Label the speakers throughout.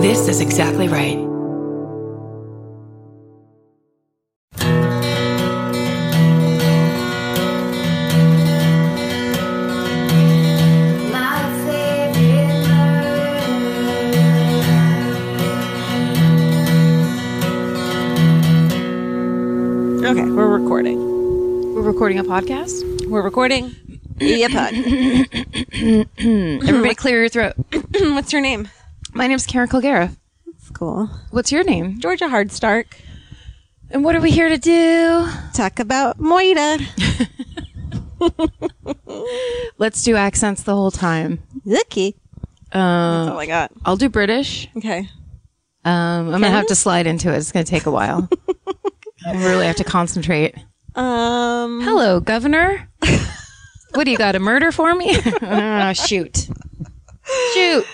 Speaker 1: This is exactly right.
Speaker 2: My favorite
Speaker 3: Okay, we're recording.
Speaker 4: We're recording a podcast.
Speaker 3: We're recording. Be a pod.
Speaker 4: Everybody, clear your throat.
Speaker 3: What's your name?
Speaker 4: My name's Karen Kilgariff.
Speaker 3: Cool.
Speaker 4: What's your name?
Speaker 3: Georgia Hardstark.
Speaker 4: And what are we here to do?
Speaker 3: Talk about Moira.
Speaker 4: Let's do accents the whole time.
Speaker 3: Lucky.
Speaker 4: Um,
Speaker 3: That's all I got.
Speaker 4: I'll do British.
Speaker 3: Okay.
Speaker 4: Um, I'm gonna have to slide into it. It's gonna take a while. I really have to concentrate.
Speaker 3: Um.
Speaker 4: Hello, Governor. what do you got? A murder for me? Ah, shoot. Shoot.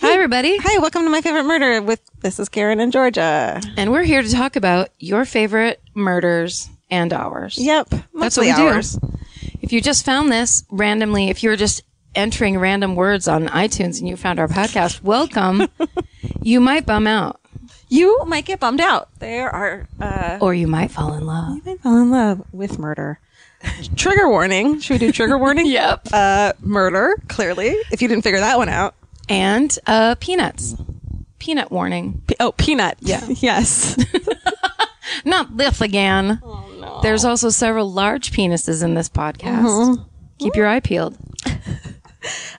Speaker 4: Hi, everybody.
Speaker 3: Hi, welcome to my favorite murder with this is Karen and Georgia.
Speaker 4: And we're here to talk about your favorite murders and ours.
Speaker 3: Yep.
Speaker 4: That's
Speaker 3: mostly
Speaker 4: what we
Speaker 3: ours.
Speaker 4: do. If you just found this randomly, if you were just entering random words on iTunes and you found our podcast, welcome. you might bum out
Speaker 3: You might get bummed out. There are. Uh,
Speaker 4: or you might fall in love.
Speaker 3: I fell in love with murder. trigger warning. Should we do trigger warning?
Speaker 4: Yep.
Speaker 3: Uh, murder. Clearly, if you didn't figure that one out.
Speaker 4: And uh, peanuts. Peanut warning.
Speaker 3: P- oh, peanut.
Speaker 4: Yeah.
Speaker 3: yes.
Speaker 4: Not this again. There's also several large penises in this podcast. Keep your eye peeled.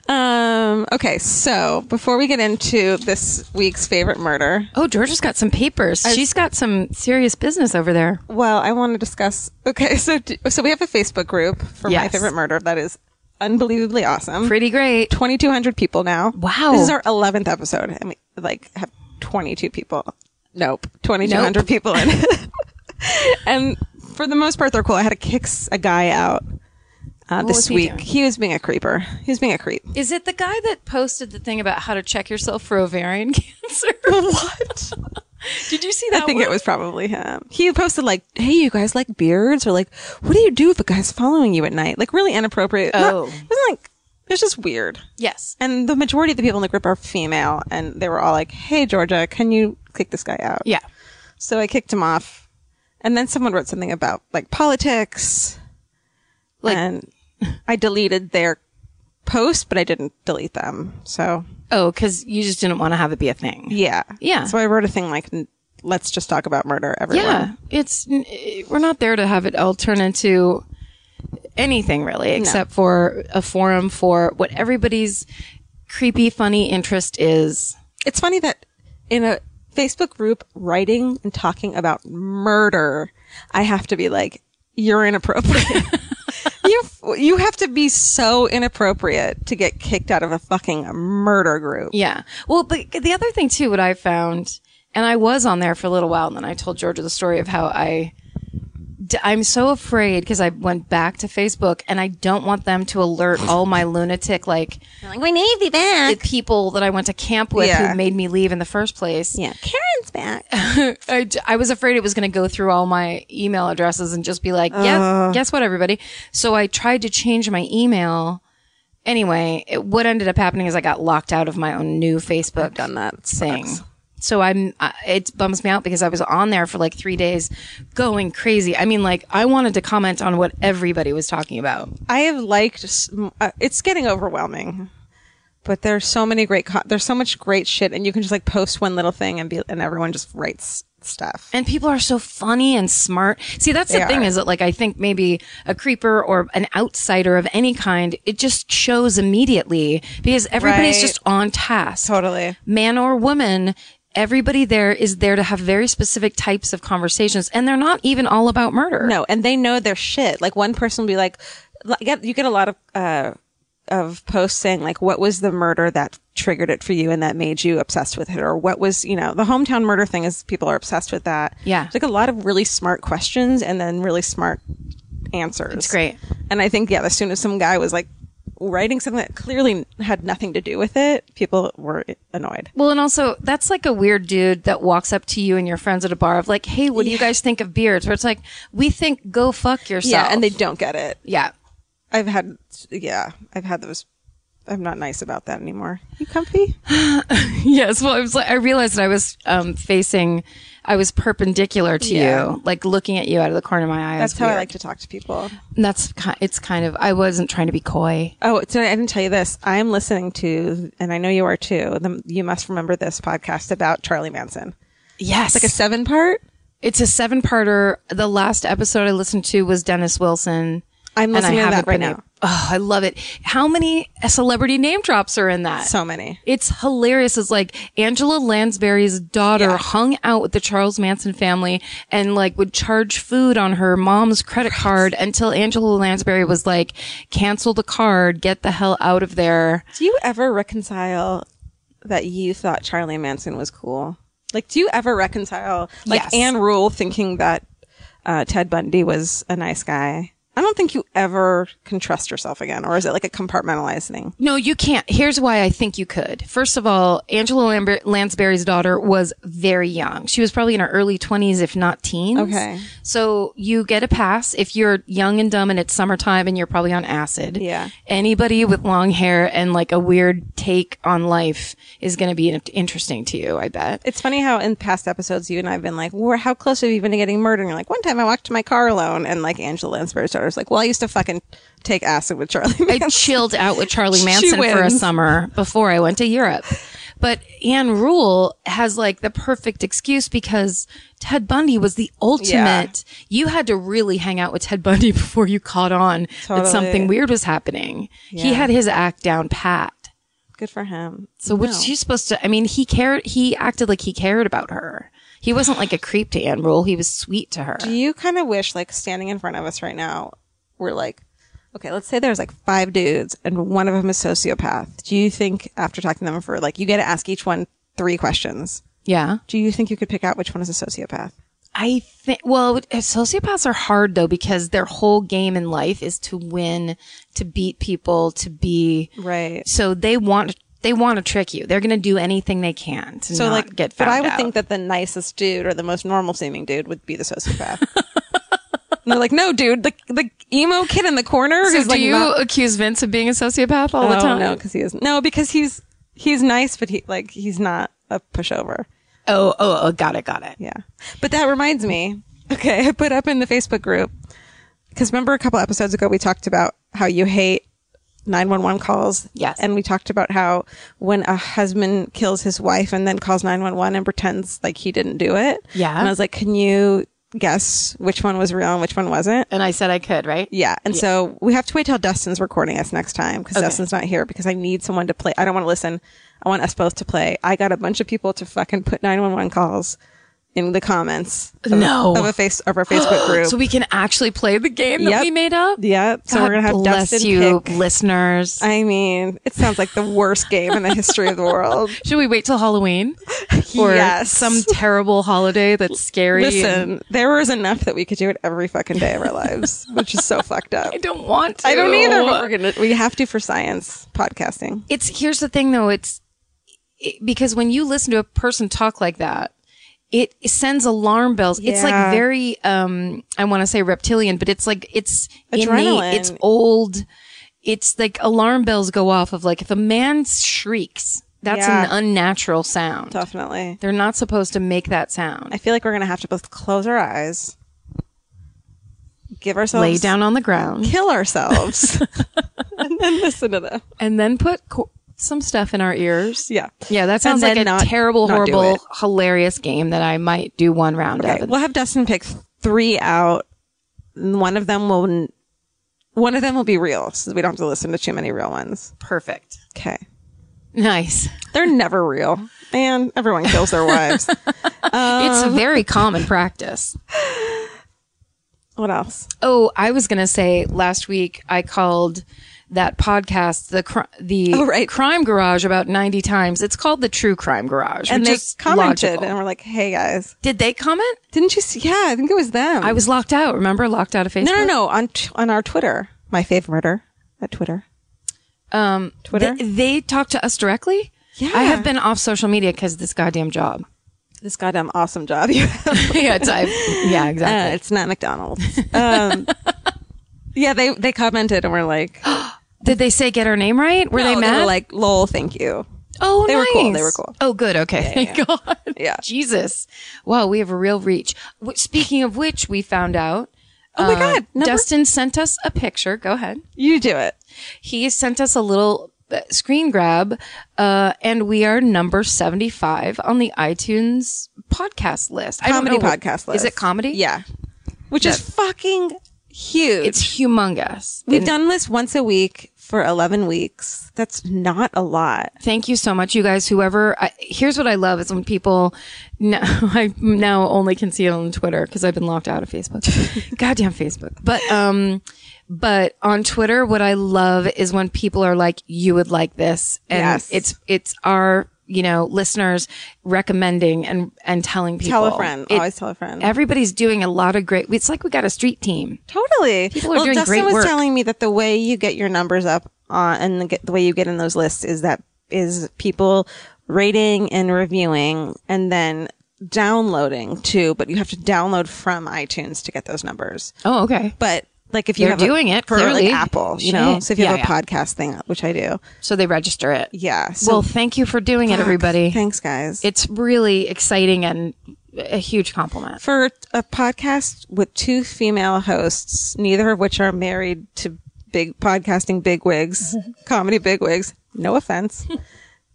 Speaker 3: Um, okay, so before we get into this week's favorite murder,
Speaker 4: Oh, Georgia's got some papers. She's got some serious business over there.
Speaker 3: well, I want to discuss. Okay, so d so we have a Facebook group for my
Speaker 4: Yes.
Speaker 3: favorite murder that is unbelievably awesome.
Speaker 4: Pretty great.
Speaker 3: 2200 people now.
Speaker 4: Wow.
Speaker 3: This is our 11th episode and we like have 22 people. Nope. 2200
Speaker 4: Nope.
Speaker 3: people in. and for the most part they're cool. I had to kick s- a guy out uh,
Speaker 4: was
Speaker 3: this
Speaker 4: he
Speaker 3: week.
Speaker 4: doing?
Speaker 3: He was being a creeper. He was being a creep.
Speaker 4: Is it the guy that posted the thing about how to check yourself for ovarian cancer?
Speaker 3: What?
Speaker 4: Did you see
Speaker 3: I
Speaker 4: that?
Speaker 3: think
Speaker 4: one?
Speaker 3: it was probably him. He posted like, "Hey, you guys like beards?" or like, "What do you do if a guy's following you at night?" Like really inappropriate. Not-
Speaker 4: Oh.
Speaker 3: it wasn't like it was just weird.
Speaker 4: Yes.
Speaker 3: And the majority of the people in the group are female, and they were all like, "Hey, Georgia, can you kick this guy out?"
Speaker 4: Yeah.
Speaker 3: So I kicked him off, and then someone wrote something about like politics,
Speaker 4: Like-
Speaker 3: and I deleted their post, but I didn't delete them. So
Speaker 4: Oh, because you just didn't want to have it be a thing.
Speaker 3: yeah,
Speaker 4: Yeah.
Speaker 3: So I wrote a thing like, n- "Let's just talk about murder, everyone."
Speaker 4: Yeah. It's n- eh, we're not there to have it all turn into anything really, except for a forum for what everybody's creepy, funny interest is.
Speaker 3: it's funny that in a Facebook group writing and talking about murder, I have to be like, you're inappropriate. you you have to be so inappropriate to get kicked out of a fucking murder group.
Speaker 4: Yeah. Well, but the other thing too, what I found, and I was on there for a little while, and then I told Georgia the story of how I, d- I'm so afraid because I went back to Facebook, and I don't want them to alert all my lunatic like
Speaker 3: Like, we need you back.
Speaker 4: the people that I went to camp with
Speaker 3: Yeah.
Speaker 4: who made me leave in the first place.
Speaker 3: yeah, Karen's back.
Speaker 4: I, d- I was afraid it was going to go through all my email addresses and just be like, yeah, guess what, everybody. So I tried to change my email. Anyway, it, what ended up happening is I got locked out of my own new Facebook
Speaker 3: done that. It
Speaker 4: thing. So I'm, I, it bums me out because I was on there for like three days going crazy. I mean, like I wanted to comment on what everybody was talking about.
Speaker 3: I have liked. s- m- Uh, it's getting overwhelming, but there's so many great. Co- there's so much great shit, and you can just like post one little thing and be, and everyone just writes stuff.
Speaker 4: And people are so funny and smart. See, that's
Speaker 3: They
Speaker 4: the thing
Speaker 3: are.
Speaker 4: is that like I think maybe a creeper or an outsider of any kind, it just shows immediately because everybody's
Speaker 3: Right.
Speaker 4: just on task.
Speaker 3: Totally.
Speaker 4: Man or woman, everybody there is there to have very specific types of conversations and they're not even all about murder.
Speaker 3: No, and they know their shit. Like one person will be like, like, get- you get a lot of uh, of posts saying like, what was the murder that triggered it for you and that made you obsessed with it, or what was you know the hometown murder thing is people are obsessed with that.
Speaker 4: Yeah.
Speaker 3: It's like a lot of really smart questions and then really smart answers.
Speaker 4: It's great.
Speaker 3: And I think yeah, as soon as some guy was like writing something that clearly had nothing to do with it, people were annoyed.
Speaker 4: Well, and also that's like a weird dude that walks up to you and your friends at a bar of like, "Hey, what do you guys think of beards?" Where it's like, "We think go fuck yourself."
Speaker 3: Yeah, and they don't get it.
Speaker 4: yeah,
Speaker 3: I've had yeah, I've had those I'm not nice about that anymore. You comfy?
Speaker 4: Yes. Well, I was like, I realized that I was um, facing, I was perpendicular to
Speaker 3: Yeah.
Speaker 4: you, like looking at you out of the corner of my eye.
Speaker 3: That's
Speaker 4: It's
Speaker 3: how I
Speaker 4: weird.
Speaker 3: like to talk to people.
Speaker 4: That's ki- it's kind of. I wasn't trying to be coy.
Speaker 3: Oh, so I didn't tell you this. I'm listening to, and I know you are too. The, you must remember this podcast about Charlie Manson.
Speaker 4: Yes.
Speaker 3: Like a seven part.
Speaker 4: it's a seven parter. The last episode I listened to was Dennis Wilson.
Speaker 3: I'm
Speaker 4: and I
Speaker 3: listening to
Speaker 4: haven't
Speaker 3: that right
Speaker 4: been
Speaker 3: now.
Speaker 4: a- Oh, I love it. How many celebrity name drops are in that?
Speaker 3: So many.
Speaker 4: It's hilarious. It's like Angela Lansbury's daughter
Speaker 3: Yeah.
Speaker 4: hung out with the Charles Manson family and like would charge food on her mom's credit card until Angela Lansbury was like, cancel the card, get the hell out of there.
Speaker 3: Do you ever reconcile that you thought Charlie Manson was cool? Like, do you ever reconcile, like,
Speaker 4: Yes.
Speaker 3: Anne Rule thinking that uh, Ted Bundy was a nice guy? I don't think you ever can trust yourself again, or is it like a compartmentalized thing?
Speaker 4: No, you can't. Here's why I think you could. First of all, Angela Lamber- Lansbury's daughter was very young. She was probably in her early 20s, if not teens.
Speaker 3: Okay.
Speaker 4: So you get a pass if you're young and dumb and it's summertime and you're probably on acid.
Speaker 3: Yeah.
Speaker 4: Anybody with long hair and like a weird take on life is going to be in- interesting to you, I bet.
Speaker 3: It's funny how in past episodes you and I've been like, well, how close have you been to getting murdered? And you're like, one time I walked to my car alone, and like Angela Lansbury's daughter's like, well, I used to fucking take acid with Charlie
Speaker 4: I
Speaker 3: Manson.
Speaker 4: chilled out with Charlie
Speaker 3: She
Speaker 4: Manson for a
Speaker 3: wins.
Speaker 4: summer before I went to Europe. But Anne Rule has like the perfect excuse because Ted Bundy was the ultimate.
Speaker 3: Yeah.
Speaker 4: You had to really hang out with Ted Bundy before you caught on that
Speaker 3: Totally.
Speaker 4: something weird was happening. He
Speaker 3: Yeah.
Speaker 4: had his act down pat.
Speaker 3: Good for him.
Speaker 4: So which
Speaker 3: No.
Speaker 4: she's supposed to I mean he cared he acted like he cared about her. He wasn't like a creep to Anne Rule, he was sweet to her.
Speaker 3: Do you kind of wish, like, standing in front of us right now, we're like, okay, let's say there's like five dudes and one of them is sociopath. Do you think, after talking to them for like, you get to ask each one three questions,
Speaker 4: Yeah.
Speaker 3: do you think you could pick out which one is a sociopath?
Speaker 4: I think, well, sociopaths are hard though because their whole game in life is to win, to beat people, to be
Speaker 3: Right.
Speaker 4: So they want, they want to trick you. They're going to do anything they can to
Speaker 3: So,
Speaker 4: not
Speaker 3: like,
Speaker 4: get
Speaker 3: but
Speaker 4: found
Speaker 3: I would
Speaker 4: out.
Speaker 3: think that the nicest dude or the most normal seeming dude would be the sociopath. and they're like, no, dude, the, the emo kid in the corner
Speaker 4: So
Speaker 3: who's
Speaker 4: do
Speaker 3: like,
Speaker 4: you
Speaker 3: not-
Speaker 4: accuse Vince of being a sociopath all
Speaker 3: oh,
Speaker 4: the time?
Speaker 3: no, because he is no, because he's he's nice, but he like he's not a pushover.
Speaker 4: Oh, oh, oh, got it, got it.
Speaker 3: Yeah. But that reminds me. Okay, I put up in the Facebook group because remember a couple episodes ago we talked about how you hate 911 calls.
Speaker 4: Yes.
Speaker 3: And we talked about how when a husband kills his wife and then calls 911 and pretends like he didn't do it.
Speaker 4: Yeah.
Speaker 3: And I was like, can you guess which one was real and which one wasn't?
Speaker 4: And I said I could, right?
Speaker 3: Yeah. And so we have to wait till Dustin's recording us next time because
Speaker 4: Okay.
Speaker 3: Dustin's not here because I need someone to play. I don't want to listen. I want us both to play. I got a bunch of people to fucking put 911 calls in the comments. Of,
Speaker 4: No.
Speaker 3: Of a face, of our Facebook group.
Speaker 4: So we can actually play the game that
Speaker 3: Yep.
Speaker 4: we made up.
Speaker 3: yeah. So
Speaker 4: God
Speaker 3: we're going to have
Speaker 4: bless
Speaker 3: Dustin
Speaker 4: you,
Speaker 3: pick.
Speaker 4: listeners.
Speaker 3: I mean, it sounds like the worst game in the history of the world.
Speaker 4: Should we wait till Halloween? Or
Speaker 3: Yes.
Speaker 4: some terrible holiday that's scary? and-
Speaker 3: Listen, there was enough that we could do it every fucking day of our lives, which is so fucked up.
Speaker 4: I don't want to.
Speaker 3: I don't either, but we're gonna, we have to for science podcasting.
Speaker 4: It's here's the thing though. It's it, because when you listen to a person talk like that, it sends alarm bells. It's like
Speaker 3: Yeah.
Speaker 4: very um I want to say reptilian, but it's like it's innate.
Speaker 3: Adrenaline.
Speaker 4: It's old. It's like alarm bells go off of like if a man shrieks, that's
Speaker 3: Yeah.
Speaker 4: an unnatural sound.
Speaker 3: Definitely.
Speaker 4: They're not supposed to make that sound.
Speaker 3: I feel like we're gonna have to both close our eyes, give ourselves,
Speaker 4: Lay down on the ground.
Speaker 3: kill ourselves, and then listen to them.
Speaker 4: and then put co- some stuff in our ears.
Speaker 3: Yeah.
Speaker 4: Yeah, that sounds
Speaker 3: And
Speaker 4: like
Speaker 3: then
Speaker 4: a
Speaker 3: not-
Speaker 4: terrible,
Speaker 3: not do
Speaker 4: horrible,
Speaker 3: it.
Speaker 4: hilarious game that I might do one round
Speaker 3: Okay,
Speaker 4: of.
Speaker 3: we'll have Dustin pick three out. and One of them will, n- one of them will be real, so we don't have to listen to too many real ones.
Speaker 4: Perfect.
Speaker 3: Okay,
Speaker 4: Nice.
Speaker 3: they're never real, and everyone kills their wives.
Speaker 4: it's a very common practice.
Speaker 3: What else?
Speaker 4: Oh, I was going to say last week I called that podcast the cr- the
Speaker 3: Oh, right.
Speaker 4: Crime Garage about 90 times. It's called the True Crime Garage.
Speaker 3: And
Speaker 4: which
Speaker 3: they
Speaker 4: is
Speaker 3: commented,
Speaker 4: logical.
Speaker 3: and we're like, "Hey guys,
Speaker 4: Did they comment?
Speaker 3: didn't you see? Yeah, I think it was them.
Speaker 4: I was locked out, remember? Locked out of Facebook.
Speaker 3: no, no, no on t- on our Twitter, my favorite murder at Twitter.
Speaker 4: Um,
Speaker 3: Twitter?
Speaker 4: They, they talk to us directly?
Speaker 3: Yeah.
Speaker 4: I have been off social media because this goddamn job.
Speaker 3: This goddamn awesome job you have.
Speaker 4: yeah, it's, I, yeah,
Speaker 3: Uh,
Speaker 4: exactly.
Speaker 3: it's not McDonald's. Um, yeah, they they commented and were like,
Speaker 4: Did they say get her name right? Were they
Speaker 3: No,
Speaker 4: mad?
Speaker 3: were like, lol, thank you.
Speaker 4: oh,
Speaker 3: they were cool, they
Speaker 4: nice.
Speaker 3: were cool.
Speaker 4: Oh, good. Okay. Thank God.
Speaker 3: Yeah.
Speaker 4: Jesus. Wow, we have a real reach. W- Speaking of which, we found out. uh,
Speaker 3: Oh my God, number-
Speaker 4: Dustin sent us a picture. Go ahead.
Speaker 3: You do it.
Speaker 4: He sent us a little uh, screen grab, uh, and we are number 75 on the iTunes podcast list. I don't
Speaker 3: Comedy
Speaker 4: know what-
Speaker 3: podcast list.
Speaker 4: Is it comedy?
Speaker 3: Yeah. Which is fucking huge.
Speaker 4: It's humongous.
Speaker 3: We've done this once a week for 11 weeks. That's not a lot.
Speaker 4: Thank you so much, you guys. Whoever, I, here's what I love is when people. Now I now only can see it on Twitter because I've been locked out of Facebook. Goddamn Facebook. But um, but on Twitter, what I love is when people are like, "You would like this," and
Speaker 3: Yes.
Speaker 4: it's it's our you know listeners recommending and and telling people.
Speaker 3: Tell a friend.
Speaker 4: It-
Speaker 3: Always tell a friend.
Speaker 4: Everybody's doing a lot of great. It's like we got a street team.
Speaker 3: Totally.
Speaker 4: are
Speaker 3: well,
Speaker 4: doing
Speaker 3: Dustin
Speaker 4: great
Speaker 3: was
Speaker 4: work.
Speaker 3: telling me that the way you get your numbers up uh, and the, get, the way you get in those lists is that is people rating and reviewing and then downloading too, but you have to download from iTunes to get those numbers.
Speaker 4: Oh, okay.
Speaker 3: But like if you
Speaker 4: They're
Speaker 3: have a-
Speaker 4: doing it,
Speaker 3: for
Speaker 4: clearly.
Speaker 3: like Apple, you know,
Speaker 4: Shit.
Speaker 3: so if you have
Speaker 4: Yeah,
Speaker 3: a podcast thing, which I do.
Speaker 4: So they register it.
Speaker 3: Yeah. So
Speaker 4: Well, thank you for doing it, everybody.
Speaker 3: thanks guys.
Speaker 4: it's really exciting and a huge compliment.
Speaker 3: for a podcast with two female hosts, neither of which are married to big podcasting bigwigs, comedy bigwigs. No offense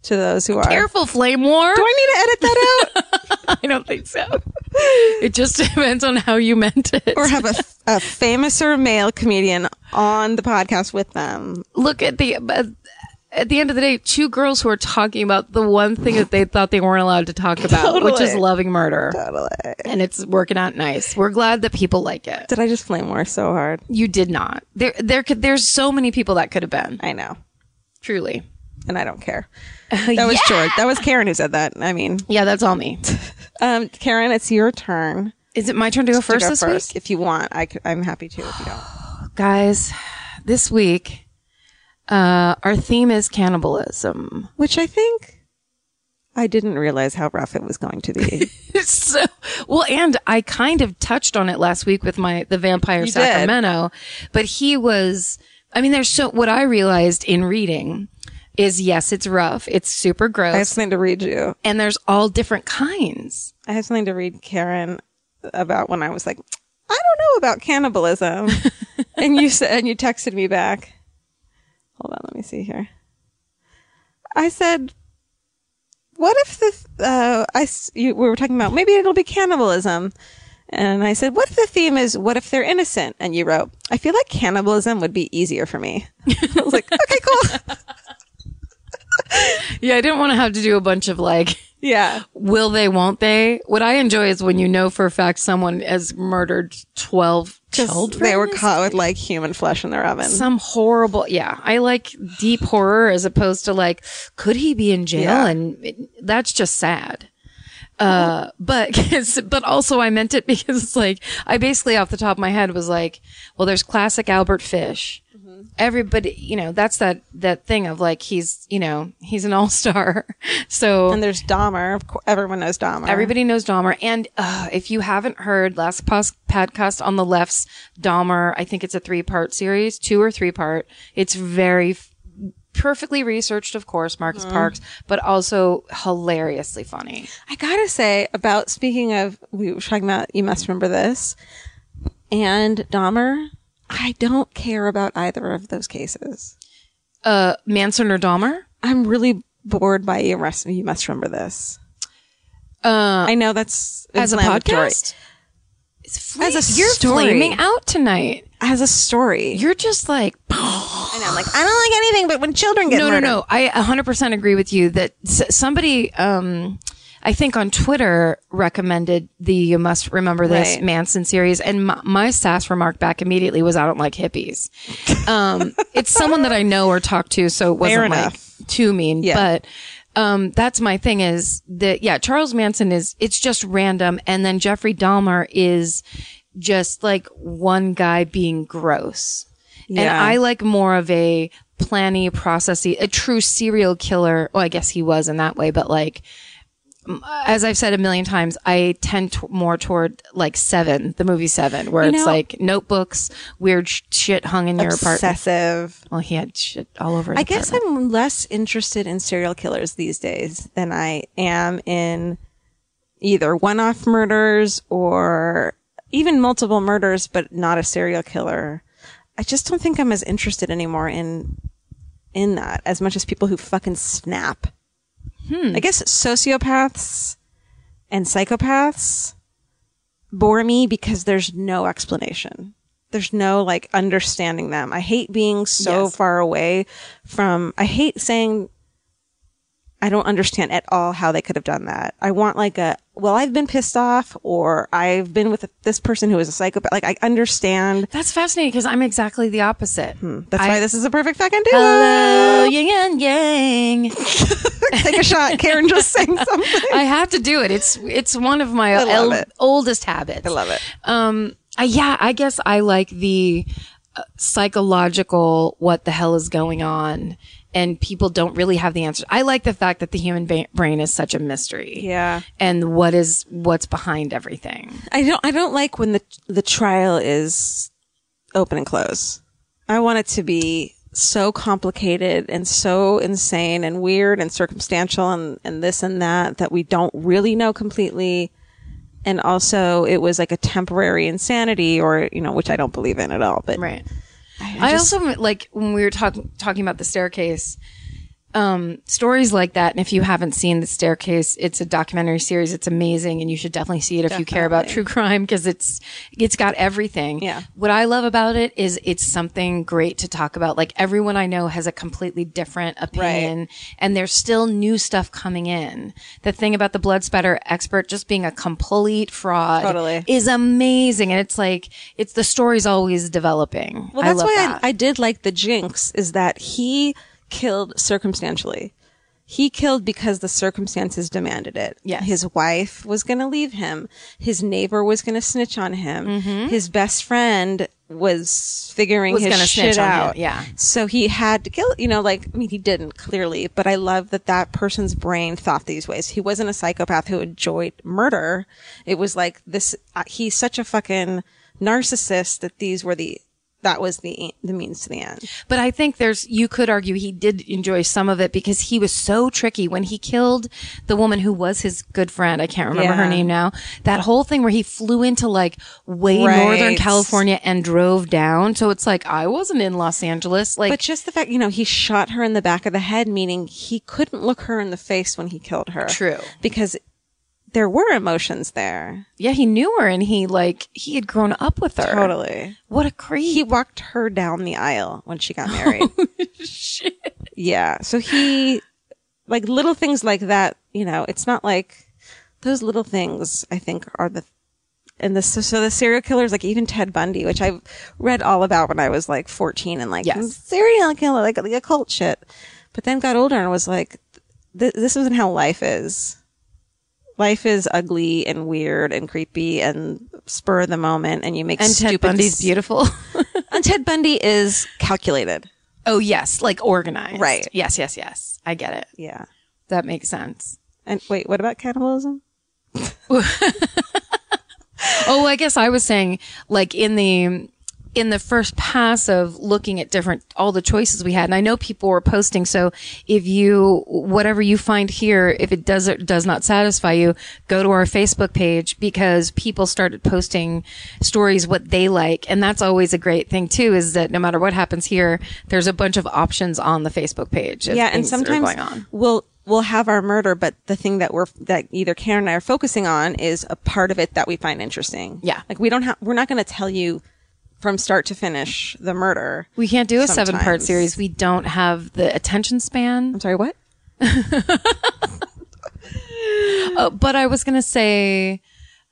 Speaker 3: to those who are.
Speaker 4: Careful, flame war.
Speaker 3: Do I need to edit that out
Speaker 4: I don't think so. It just depends on how you meant it.
Speaker 3: or have a, a famouser male comedian on the podcast with them?
Speaker 4: Look at the. but At the end of the day, two girls who are talking about the one thing that they thought they weren't allowed to talk about, which is
Speaker 3: Totally.
Speaker 4: loving murder.
Speaker 3: Totally.
Speaker 4: And it's working out nice. We're glad that people like it.
Speaker 3: Did I just flame war so hard?
Speaker 4: You did not. There, there could. There's so many people that could have been.
Speaker 3: I know.
Speaker 4: Truly.
Speaker 3: And I don't care.
Speaker 4: Uh,
Speaker 3: That was George. That was Karen who said that. I mean,
Speaker 4: Yeah, that's all me.
Speaker 3: um, Karen, it's your turn.
Speaker 4: Is it my turn to go
Speaker 3: to
Speaker 4: first
Speaker 3: go
Speaker 4: this week?
Speaker 3: first. If you want, I c- I'm happy to if you don't.
Speaker 4: guys this week uh our theme is cannibalism
Speaker 3: which I think I didn't realize how rough it was going to be.
Speaker 4: so well and i kind of touched on it last week with my the vampire
Speaker 3: did.
Speaker 4: sacramento but he was i mean there's so what i realized in reading is yes it's rough it's super gross
Speaker 3: I have something to read you.
Speaker 4: and there's all different kinds
Speaker 3: I have something to read Karen about when I was like, I don't know about cannibalism, and you said and you texted me back. Hold on, let me see here. I said, "What if the uh, I s- you, we were talking about maybe it'll be cannibalism." And I said, "What if the theme is what if they're innocent?" And you wrote, "I feel like cannibalism would be easier for me." I was like, "Okay, cool."
Speaker 4: yeah i didn't want to have to do a bunch of like
Speaker 3: Yeah.
Speaker 4: will they won't they what i enjoy is when you know for a fact someone has murdered 12 children
Speaker 3: They were caught with like human flesh in their oven.
Speaker 4: some horrible yeah i like deep horror as opposed to like could he be in jail
Speaker 3: Yeah.
Speaker 4: and it- that's just sad uh but 'cause- but also i meant it because it's like i basically off the top of my head was like well there's classic albert fish everybody you know that's that that thing of like he's you know he's an all-star so
Speaker 3: and there's Dahmer. Of course, everyone knows Dahmer.
Speaker 4: Everybody knows Dahmer. And uh, if you haven't heard last pos- podcast on the left's Dahmer, I think it's a three part series, two or three part. It's very f- perfectly researched, of course, Marcus
Speaker 3: Mm-hmm.
Speaker 4: Parks, but also hilariously funny.
Speaker 3: I gotta say about speaking of we were talking about you must remember this and Dahmer. I don't care about either of those cases.
Speaker 4: Uh, Manson or Dahmer?
Speaker 3: I'm really bored by you must you must remember this.
Speaker 4: Uh,
Speaker 3: I know that's
Speaker 4: as a
Speaker 3: inflammatory.
Speaker 4: podcast? It's
Speaker 3: As a
Speaker 4: you're
Speaker 3: story.
Speaker 4: flaming out tonight.
Speaker 3: as a story.
Speaker 4: You're just like,
Speaker 3: I know, I'm like I don't like anything, but when children get
Speaker 4: no,
Speaker 3: murdered,
Speaker 4: no, no. I 100% agree with you that s- somebody, um, I think on Twitter recommended the You Must Remember This
Speaker 3: Right.
Speaker 4: Manson series. And my, my sass remark back immediately was, I don't like hippies. Um, it's someone that I know or talk to. So it wasn't
Speaker 3: Fair
Speaker 4: like
Speaker 3: enough.
Speaker 4: too mean,
Speaker 3: Yeah.
Speaker 4: but, um, that's my thing is that, yeah, Charles Manson is, it's just random. And then Jeffrey Dahmer is just like one guy being gross. And
Speaker 3: Yeah.
Speaker 4: I like more of a planny processy, a true serial killer. Well, I guess he was in that way, but like as I've said a million times, I tend t- more toward like Seven, the movie Seven, where it's
Speaker 3: know-
Speaker 4: like notebooks, weird sh- shit hung in your apartment.
Speaker 3: Obsessive.
Speaker 4: Well, he had shit all over. His
Speaker 3: I guess
Speaker 4: apartment.
Speaker 3: I'm less interested in serial killers these days than I am in either one off murders or even multiple murders, but not a serial killer. I just don't think I'm as interested anymore in in that as much as people who fucking snap. I guess sociopaths and psychopaths bore me because there's no explanation. There's no like understanding them. I hate being so
Speaker 4: Yes.
Speaker 3: far away from, I hate saying, I don't understand at all how they could have done that. I want like a, well, I've been pissed off or I've been with this person who is a psychopath. Like I understand. Hmm,
Speaker 4: That's fascinating because I'm exactly the opposite.
Speaker 3: That's
Speaker 4: I-
Speaker 3: why this is a perfect fucking duo.
Speaker 4: Hello, yin and yang.
Speaker 3: Take a shot. Karen just sang something.
Speaker 4: I have to do it. It's it's one of my
Speaker 3: love
Speaker 4: el-
Speaker 3: it.
Speaker 4: oldest habits.
Speaker 3: I love it.
Speaker 4: Um, I, yeah, I guess I like the uh, psychological what the hell is going on, and people don't really have the answer. I like the fact that the human ba- brain is such a mystery.
Speaker 3: Yeah.
Speaker 4: and what is what's behind everything?
Speaker 3: I don't. I don't like when the the trial is open and close. I want it to be so complicated and so insane and weird and circumstantial and and this and that that we don't really know completely. And also, it was like a temporary insanity, or you know, which I don't believe in at all. But
Speaker 4: Right.
Speaker 3: I,
Speaker 4: I,
Speaker 3: just-
Speaker 4: also like when we were talking talking about the staircase. Um, stories like that, and if you haven't seen the staircase, it's a documentary series. It's amazing, and you should definitely see it if you care about true crime because it's it's got everything.
Speaker 3: Yeah.
Speaker 4: What I love about it is it's something great to talk about. Like everyone I know has a completely different opinion, and there's still new stuff coming in. The thing about the blood spatter expert just being a complete fraud
Speaker 3: Totally.
Speaker 4: is amazing, and it's like it's the story's always developing.
Speaker 3: Well, that's
Speaker 4: I love
Speaker 3: why
Speaker 4: that.
Speaker 3: I, I did like the Jinx is that he killed circumstantially. He killed because the circumstances demanded it.
Speaker 4: Yes.
Speaker 3: His wife was going to leave him. His neighbor was going to snitch on him.
Speaker 4: Mm-hmm.
Speaker 3: His best friend was figuring
Speaker 4: Was
Speaker 3: his
Speaker 4: gonna
Speaker 3: shit
Speaker 4: snitch on him,
Speaker 3: out.
Speaker 4: yeah.
Speaker 3: So he had to kill, you know, like, I mean, he didn't clearly, but I love that that person's brain thought these ways. He wasn't a psychopath who enjoyed murder. It was like this, uh, he's such a fucking narcissist that these were the, that was the, the means to the end.
Speaker 4: But I think there's, you could argue he did enjoy some of it because he was so tricky when he killed the woman who was his good friend. I can't remember her
Speaker 3: Yeah.
Speaker 4: name now. That whole thing where he flew into like way
Speaker 3: Right.
Speaker 4: northern California and drove down. So it's like, I wasn't in Los Angeles. Like,
Speaker 3: But just the fact, you know, he shot her in the back of the head, meaning he couldn't look her in the face when he killed her.
Speaker 4: True.
Speaker 3: Because there were emotions there.
Speaker 4: yeah, he knew her and he like, he had grown up with her.
Speaker 3: Totally.
Speaker 4: What a creep.
Speaker 3: He walked her down the aisle when she got married.
Speaker 4: Oh,
Speaker 3: Yeah. So he, like little things like that, you know, it's not like those little things, I think, are the, and the, so, so the serial killers, like even Ted Bundy, which I read all about when I was like 14 and like,
Speaker 4: Yes.
Speaker 3: serial killer, like the occult shit. But then got older and was like, th- this isn't how life is. Life is ugly and weird and creepy and spur of the moment, and you make
Speaker 4: and Ted
Speaker 3: stupid
Speaker 4: Bundy's beautiful.
Speaker 3: And Ted Bundy is calculated,
Speaker 4: oh, yes. Like organized.
Speaker 3: Right.
Speaker 4: Yes, yes, yes. I get it.
Speaker 3: yeah.
Speaker 4: That makes sense.
Speaker 3: And wait, what about cannibalism?
Speaker 4: Oh, I guess I was saying like in the in the first pass of looking at different all the choices we had, and I know people were posting. So if you whatever you find here, if it does or does not satisfy you, go to our Facebook page because people started posting stories what they like, and that's always a great thing too. Is that no matter what happens here, there's a bunch of options on the Facebook page. of
Speaker 3: yeah and
Speaker 4: things that are
Speaker 3: sometimes
Speaker 4: going on.
Speaker 3: we'll we'll have our murder but the thing that we're that either karen and i are focusing on is a part of it that we find interesting
Speaker 4: Yeah.
Speaker 3: like we don't have we're not going to tell you from start to finish the murder
Speaker 4: We can't do a seven part
Speaker 3: Sometimes.
Speaker 4: series. We don't have the attention span.
Speaker 3: i'm sorry what
Speaker 4: but I was gonna say,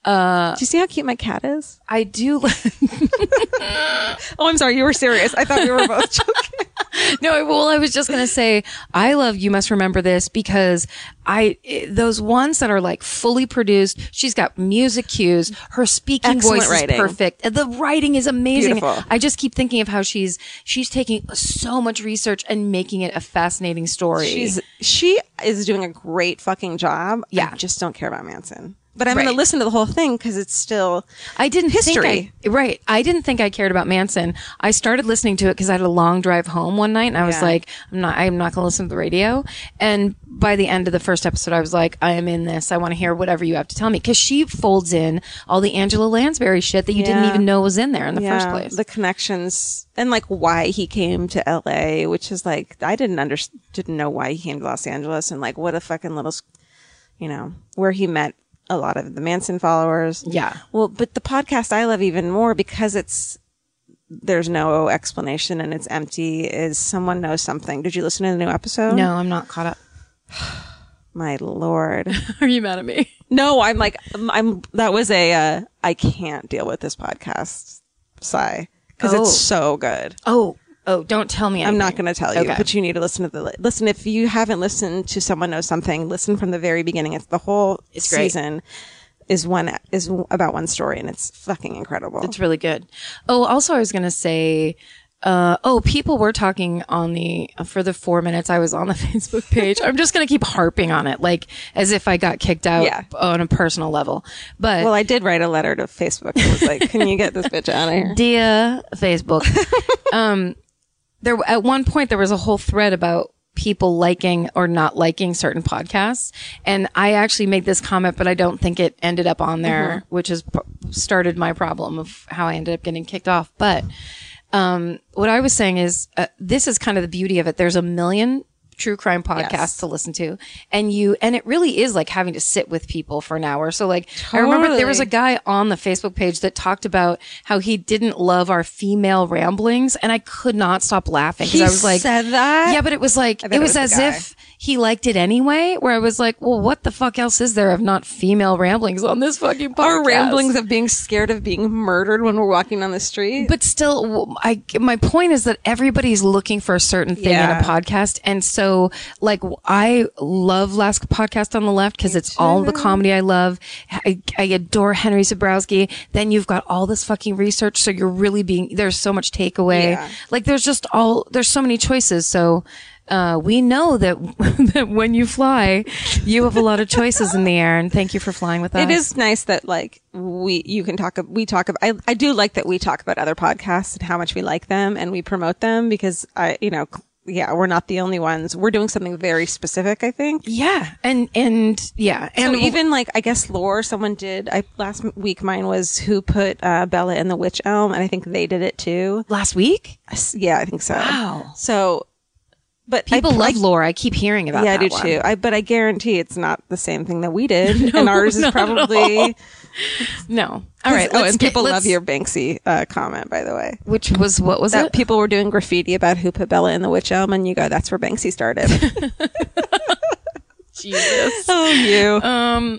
Speaker 3: Do you see how cute my cat is?
Speaker 4: I do.
Speaker 3: Oh, I'm sorry. You were serious. I thought we were both joking.
Speaker 4: no, I- well, I was just gonna say, I love you. Must remember this because I it- those ones that are like fully produced. She's got music cues. Her speaking
Speaker 3: Excellent
Speaker 4: voice
Speaker 3: writing.
Speaker 4: is perfect. and The writing is amazing.
Speaker 3: Beautiful.
Speaker 4: I just keep thinking of how she's she's taking so much research and making it a fascinating story.
Speaker 3: She's she is doing a great fucking job.
Speaker 4: Yeah.
Speaker 3: I just don't care about Manson. But I'm going
Speaker 4: Right.
Speaker 3: to listen to the whole thing because it's still.
Speaker 4: I didn't
Speaker 3: History.
Speaker 4: Think I, right. I didn't think I cared about Manson. I started listening to it because I had a long drive home one night and I was
Speaker 3: Yeah.
Speaker 4: like, I'm not, I'm not going to listen to the radio. And by the end of the first episode, I was like, I am in this. I want to hear whatever you have to tell me. Cause she folds in all the Angela Lansbury shit that you didn't
Speaker 3: Yeah.
Speaker 4: even know was in there in the first
Speaker 3: Yeah,
Speaker 4: place.
Speaker 3: The connections and like why he came to LA, which is like I didn't under didn't know why he came to Los Angeles and like what a fucking little, s- you know, where he met a lot of the Manson followers.
Speaker 4: Yeah.
Speaker 3: Well, but the podcast I love even more because it's there's no explanation and it's empty. Is someone knows something? Did you listen to the new episode?
Speaker 4: no, I'm not caught up.
Speaker 3: My lord.
Speaker 4: Are you mad at me?
Speaker 3: no, I'm like I'm, I'm. That was a uh, I can't deal with this podcast sigh because
Speaker 4: Oh.
Speaker 3: it's so good.
Speaker 4: Oh, oh, don't tell me.
Speaker 3: I'm not
Speaker 4: anything.
Speaker 3: going to tell you,
Speaker 4: Okay.
Speaker 3: but you need to listen to the li- listen. If you haven't listened to someone knows something, listen from the very beginning. It's the whole
Speaker 4: It's great.
Speaker 3: season is one is about one story, and it's fucking incredible.
Speaker 4: It's really good. Oh, also, I was going to say, uh, oh, people were talking on the, for the four minutes I was on the Facebook page. I'm just going to keep harping on it, like as if I got kicked out
Speaker 3: Yeah.
Speaker 4: on a personal level. But
Speaker 3: well, I did write a letter to Facebook. I was like, "Can you get this bitch out of here?"
Speaker 4: dear Facebook, um, there, at one point, there was a whole thread about people liking or not liking certain podcasts. And I actually made this comment, but I don't think it ended up on there, which has p- started my problem of how I ended up getting kicked off. But, um, what I was saying is, uh, this is kind of the beauty of it. There's a million true crime podcasts
Speaker 3: Yes.
Speaker 4: to listen to and you and it really is like having to sit with people for an hour so like i remember there was a
Speaker 3: Totally.
Speaker 4: guy on the facebook page that talked about how he didn't love our female ramblings and i could not stop laughing because
Speaker 3: He
Speaker 4: i was like
Speaker 3: said that?
Speaker 4: yeah but it was like it was,
Speaker 3: bet it was
Speaker 4: as
Speaker 3: the guy.
Speaker 4: if he liked it anyway where i was like well what the fuck else is there of not female ramblings on this fucking podcast
Speaker 3: Our ramblings of being scared of being murdered when we're walking down the street.
Speaker 4: but still w- i my point is that everybody's looking for a certain thing in
Speaker 3: Yeah.
Speaker 4: a podcast and so like w- i love last podcast on the left because it's all the comedy i love I, I adore henry Zabrowski. then you've got all this fucking research so you're really being there's so much takeaway
Speaker 3: Yeah.
Speaker 4: like there's just all there's so many choices so uh, we know that that when you fly, you have a lot of choices in the air, and thank you for flying with us.
Speaker 3: it is nice that like we you can talk ab- we talk about I, I do like that we talk about other podcasts and how much we like them and we promote them because I you know c- yeah we're not the only ones we're doing something very specific I think
Speaker 4: yeah, and and yeah,
Speaker 3: and
Speaker 4: and
Speaker 3: even like I guess lore someone did I last m- week mine was who put uh, Bella in the witch elm and I think they did it too
Speaker 4: last week,
Speaker 3: I s- yeah I think so
Speaker 4: Wow.
Speaker 3: so but I-
Speaker 4: People
Speaker 3: I,
Speaker 4: love lore. I keep hearing about
Speaker 3: yeah, I
Speaker 4: that
Speaker 3: do
Speaker 4: one.
Speaker 3: too. I but I guarantee it's not the same thing that we did, and ours is
Speaker 4: not at all.
Speaker 3: probably
Speaker 4: No. All right.
Speaker 3: Oh,
Speaker 4: let's
Speaker 3: and
Speaker 4: get-
Speaker 3: people love
Speaker 4: let's-
Speaker 3: your Banksy uh, comment, by the way.
Speaker 4: Which was what was
Speaker 3: That
Speaker 4: it?
Speaker 3: people were doing graffiti about who put Bella in the witch elm, and you go, "That's where Banksy started."
Speaker 4: Jesus.
Speaker 3: oh, you.
Speaker 4: Um.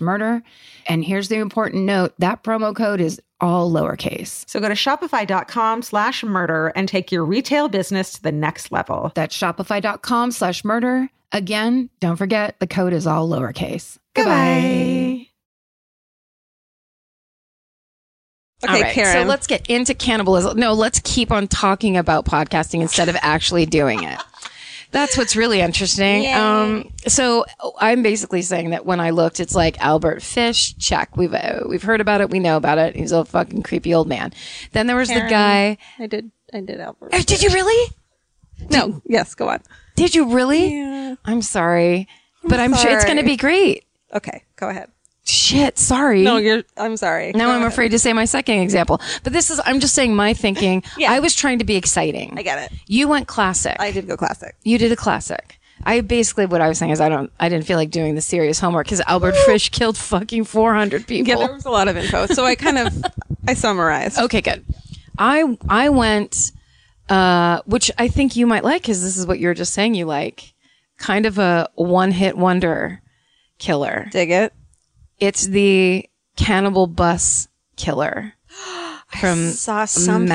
Speaker 2: murder. And here's the important note that promo code is all lowercase.
Speaker 1: So go to shopify.com slash murder and take your retail business to the next level.
Speaker 2: That's shopify.com slash murder. Again, don't forget the code is all lowercase.
Speaker 1: Goodbye.
Speaker 3: Okay, Karen.
Speaker 4: So let's get into cannibalism. No, let's keep on talking about podcasting instead of actually doing it. That's what's really interesting. Um, so I'm basically saying that when I looked, it's like Albert Fish. Check. We've uh, we've heard about it. We know about it. He's a fucking creepy old man. Then there was the guy.
Speaker 3: I did. I did Albert.
Speaker 4: Oh, did you really?
Speaker 3: No. Yes. Go on.
Speaker 4: Did you really? I'm sorry, but I'm sure it's going to
Speaker 3: sorry.
Speaker 4: be great.
Speaker 3: Okay. Go ahead.
Speaker 4: Shit. Sorry.
Speaker 3: No, you're. I'm sorry. Uh,
Speaker 4: Now
Speaker 3: Go
Speaker 4: I'm
Speaker 3: ahead.
Speaker 4: afraid to say my second example. But this is, I'm just saying my thinking.
Speaker 3: Yeah.
Speaker 4: I was trying to be exciting.
Speaker 3: I get it.
Speaker 4: You went classic.
Speaker 3: I did go classic.
Speaker 4: you did a classic. I basically, what I was saying is I don't, I didn't feel like doing the serious homework because Albert Fish killed fucking 400
Speaker 3: Yeah,
Speaker 4: people.
Speaker 3: there was a lot of info, so I kind of I summarized.
Speaker 4: okay, good. I, I went, uh, which I think you might like because this is what you were just saying you like. Kind of a one hit wonder killer.
Speaker 3: Dig it.
Speaker 4: It's the cannibal bus killer from
Speaker 3: Saw something.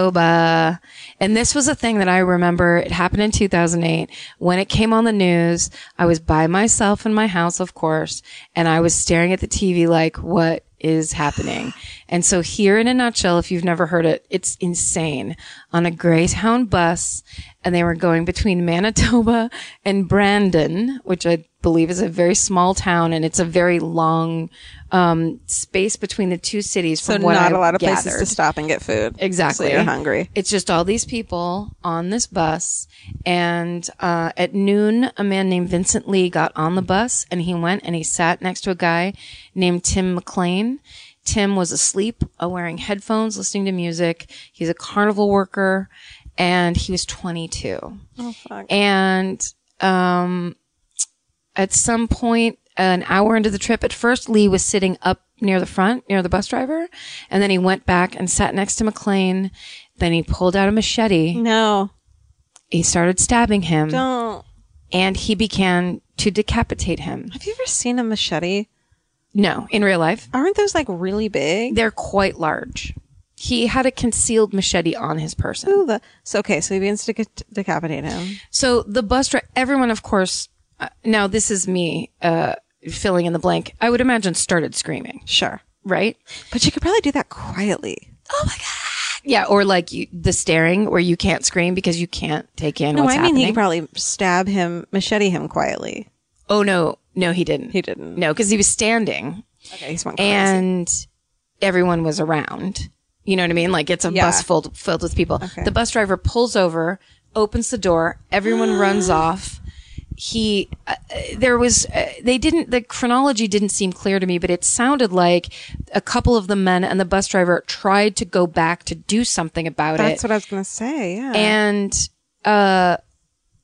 Speaker 4: Manitoba. And this was a thing that I remember. It happened in 2008. When it came on the news, I was by myself in my house, of course, and I was staring at the TV like, what is happening? And so here in a nutshell, if you've never heard it, it's insane on a Greyhound bus and they were going between Manitoba and Brandon, which I believe is a very small town and it's a very long, um, space between the two cities
Speaker 3: So
Speaker 4: from what
Speaker 3: not
Speaker 4: I
Speaker 3: a lot of
Speaker 4: gathered.
Speaker 3: places to stop and get food.
Speaker 4: Exactly.
Speaker 3: So you're hungry.
Speaker 4: It's just all these people on this bus. And uh, at noon, a man named Vincent Lee got on the bus and he went and he sat next to a guy named Tim McLean. Tim was asleep, uh, wearing headphones, listening to music. He's a carnival worker and he was 22. Oh,
Speaker 3: fuck.
Speaker 4: And um, at some point, an hour into the trip, at first Lee was sitting up near the front, near the bus driver, and then he went back and sat next to McLean. Then he pulled out a machete.
Speaker 3: No,
Speaker 4: He started stabbing him,
Speaker 3: don't.
Speaker 4: and he began to decapitate him.
Speaker 3: Have you ever seen a machete?
Speaker 4: No, in real life,
Speaker 3: Aren't those like really big?
Speaker 4: they're quite large. He had a concealed machete on his person.
Speaker 3: Ooh, the- so okay, so he begins to deca- decapitate him.
Speaker 4: So the bus driver, everyone, of course, uh, now this is me uh, filling in the blank. I would imagine started screaming,
Speaker 3: Sure,
Speaker 4: right?
Speaker 3: but you could probably do that quietly.
Speaker 4: Yeah, or like you, the staring where you can't scream because you can't take in
Speaker 3: No,
Speaker 4: what's
Speaker 3: I mean
Speaker 4: happening.
Speaker 3: he could probably stab him, machete him quietly.
Speaker 4: oh no, no, he didn't.
Speaker 3: He didn't.
Speaker 4: No, because he was standing
Speaker 3: Okay, he's one crazy.
Speaker 4: and everyone was around. You know what I mean? Like it's a
Speaker 3: Yeah.
Speaker 4: bus filled filled with people. The bus driver pulls over, opens the door, everyone runs off. He, uh, uh, there was, uh, they didn't, the chronology didn't seem clear to me, but it sounded like a couple of the men and the bus driver tried to go back to do something about it.
Speaker 3: that's what I was gonna say. Yeah,
Speaker 4: and uh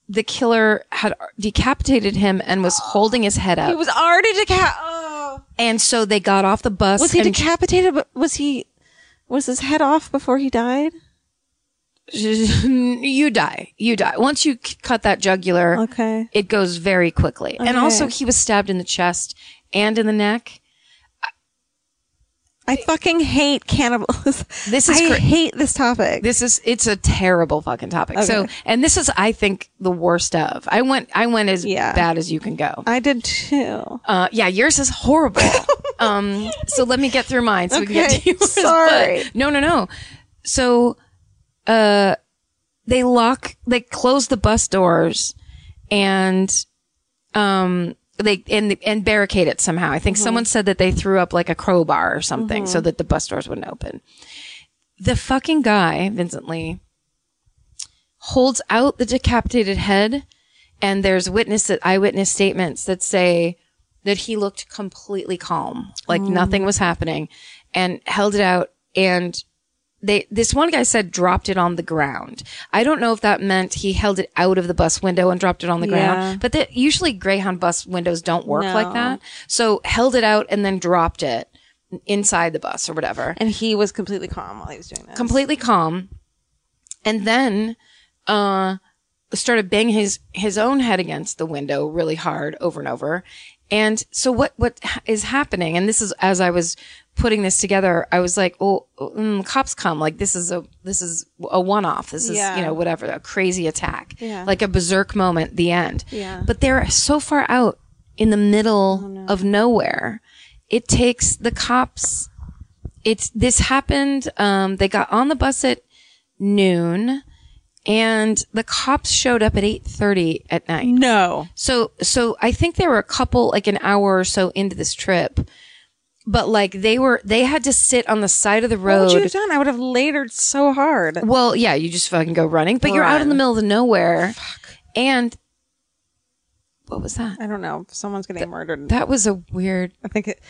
Speaker 4: the killer had decapitated him and was holding his head
Speaker 3: he
Speaker 4: up
Speaker 3: was already decap. Oh.
Speaker 4: and so they got off the bus
Speaker 3: Was he
Speaker 4: and
Speaker 3: decapitated? But was he? Was his head off before he died?
Speaker 4: you die you die once you c- cut that jugular
Speaker 3: Okay.
Speaker 4: it goes very quickly and
Speaker 3: Okay.
Speaker 4: also he was stabbed in the chest and in the neck
Speaker 3: I fucking hate cannibalism.
Speaker 4: This is
Speaker 3: I
Speaker 4: cra-
Speaker 3: hate this topic.
Speaker 4: This is it's a terrible fucking topic. So, and this is I think the worst of. I went I went as
Speaker 3: Yeah.
Speaker 4: bad as you can go.
Speaker 3: I did too.
Speaker 4: Uh, yeah, yours is horrible. um, so let me get through mine so we can get
Speaker 3: Okay,
Speaker 4: to yours. but-
Speaker 3: sorry.
Speaker 4: no, no, no. So, uh, they lock, they close the bus doors and, um, they, and, and barricade it somehow. I
Speaker 3: Mm-hmm.
Speaker 4: think someone said that they threw up like a crowbar or something so that the bus doors wouldn't open. The fucking guy, Vincent Lee, holds out the decapitated head and there's witness eyewitness statements that say that he looked completely calm like nothing was happening and held it out and they this one guy said dropped it on the ground i don't know if that meant he held it out of the bus window and dropped it on the
Speaker 3: Yeah.
Speaker 4: ground but the, usually greyhound bus windows don't work like that so held it out and then dropped it inside the bus or whatever
Speaker 3: And he was completely calm while he was doing that.
Speaker 4: completely calm and then uh started banging his his own head against the window really hard over and over and so what what ha- is happening and this is as i was putting this together i was like well mm, cops come like this is a this is a one-off this is
Speaker 3: Yeah.
Speaker 4: you know whatever a crazy attack
Speaker 3: Yeah.
Speaker 4: like a berserk moment the end
Speaker 3: Yeah. Oh,
Speaker 4: but they're so far out in the middle of nowhere it takes the cops it's this happened um they got on the bus at noon and the cops showed up at 8:30 at night
Speaker 3: no.
Speaker 4: so so i think they were a couple like an hour or so into this trip but like they were they had to sit on the side of the
Speaker 3: What would you
Speaker 4: road
Speaker 3: have done? I would have labored so hard.
Speaker 4: well yeah you just fucking go running but you're out in the middle of nowhere and what was that
Speaker 3: I don't know. Someone's getting murdered.
Speaker 4: that was a weird
Speaker 3: I think it.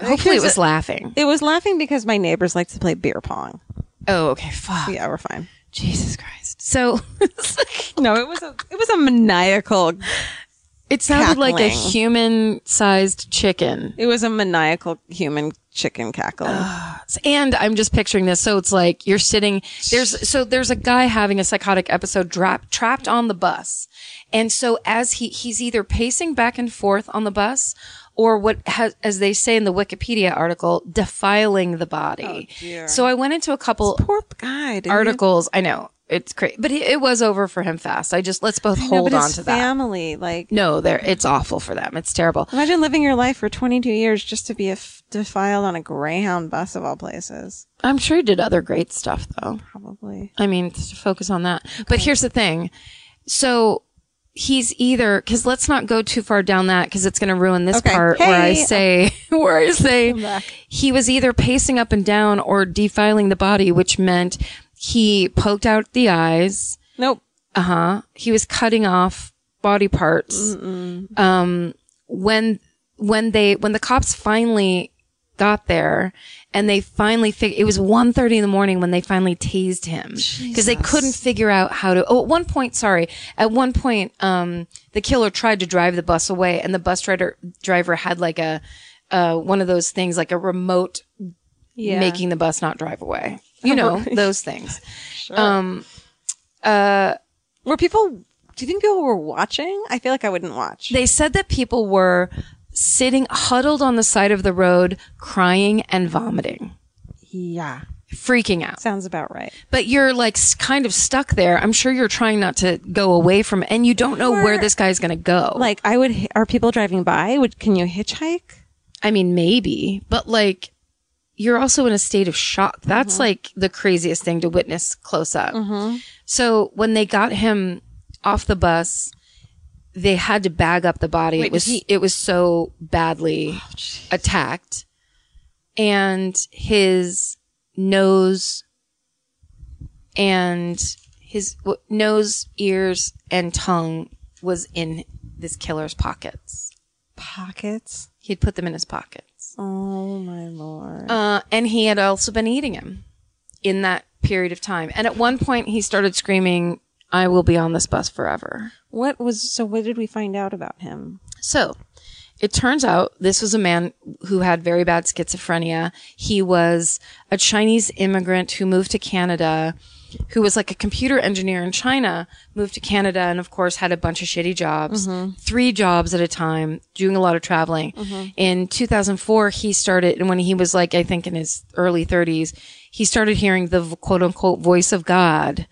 Speaker 4: hopefully it
Speaker 3: Here's
Speaker 4: was
Speaker 3: a-
Speaker 4: laughing
Speaker 3: It was laughing because my neighbors like to play beer pong.
Speaker 4: oh okay fuck
Speaker 3: Yeah, we're fine.
Speaker 4: jesus christ so
Speaker 3: No, it was a it was a maniacal.
Speaker 4: It sounded like a
Speaker 3: cackling.
Speaker 4: human sized chicken.
Speaker 3: It was a maniacal human chicken cackling.
Speaker 4: And I'm just picturing this. So it's like you're sitting there's so there's a guy having a psychotic episode drap, trapped on the bus. And so as he he's either pacing back and forth on the bus or what has, as they say in the Wikipedia article, defiling the body. So I went into a couple
Speaker 3: Poor guy. Dude.
Speaker 4: articles. I know it's crazy, but it, it was over for him fast. I just let's both
Speaker 3: I know,
Speaker 4: hold
Speaker 3: but
Speaker 4: on
Speaker 3: his
Speaker 4: to that.
Speaker 3: family. Like,
Speaker 4: No, there it's awful for them. It's terrible.
Speaker 3: imagine living your life for 22 years just to be a f- defiled on a Greyhound bus of all places.
Speaker 4: I'm sure he did other great stuff though.
Speaker 3: Probably.
Speaker 4: I mean, to focus on that. But here's the thing. So he's either because let's not go too far down that because it's going to ruin this
Speaker 3: Okay.
Speaker 4: part where I
Speaker 3: Hey.
Speaker 4: say where I say he was either pacing up and down or defiling the body, which meant he poked out the eyes.
Speaker 3: Nope.
Speaker 4: Uh huh. He was cutting off body parts. Um, when when they when the cops finally got there and they finally fig- it was 1.30 in the morning when they finally tased him because they couldn't figure out how to oh at one point sorry at one point um the killer tried to drive the bus away and the bus driver driver had like a uh one of those things like a remote
Speaker 3: Yeah.
Speaker 4: making the bus not drive away you know those things
Speaker 3: Were people? Do you think people were watching? I feel like I wouldn't watch.
Speaker 4: They said that people were sitting huddled on the side of the road, crying and vomiting,
Speaker 3: yeah,
Speaker 4: freaking out.
Speaker 3: sounds about right.
Speaker 4: But you're like s- kind of stuck there. I'm sure you're trying not to go away from, and you don't know where this guy's going to go.
Speaker 3: Like, I would. hi- Are people driving by? Would can you hitchhike?
Speaker 4: I mean, maybe, but like, you're also in a state of shock. That's like the craziest thing to witness close up. So when they got him off the bus, they had to bag up the body. it was it was so badly attacked, and his nose and his w- nose, ears, and tongue was in this killer's pockets.
Speaker 3: Pockets.
Speaker 4: He'd put them in his pockets.
Speaker 3: Oh my lord.
Speaker 4: Uh, and he had also been eating him in that period of time. And at one point, he started screaming, I will be on this bus forever.
Speaker 3: What was so? What did we find out about him?
Speaker 4: So it turns out this was a man who had very bad schizophrenia. He was a Chinese immigrant who moved to Canada. who was like a computer engineer in China, moved to Canada and of course had a bunch of shitty jobs, three jobs at a time, doing a lot of traveling. In 2004, he started, and when he was like, I think in his early 30s, he started hearing the v- quote unquote voice of God.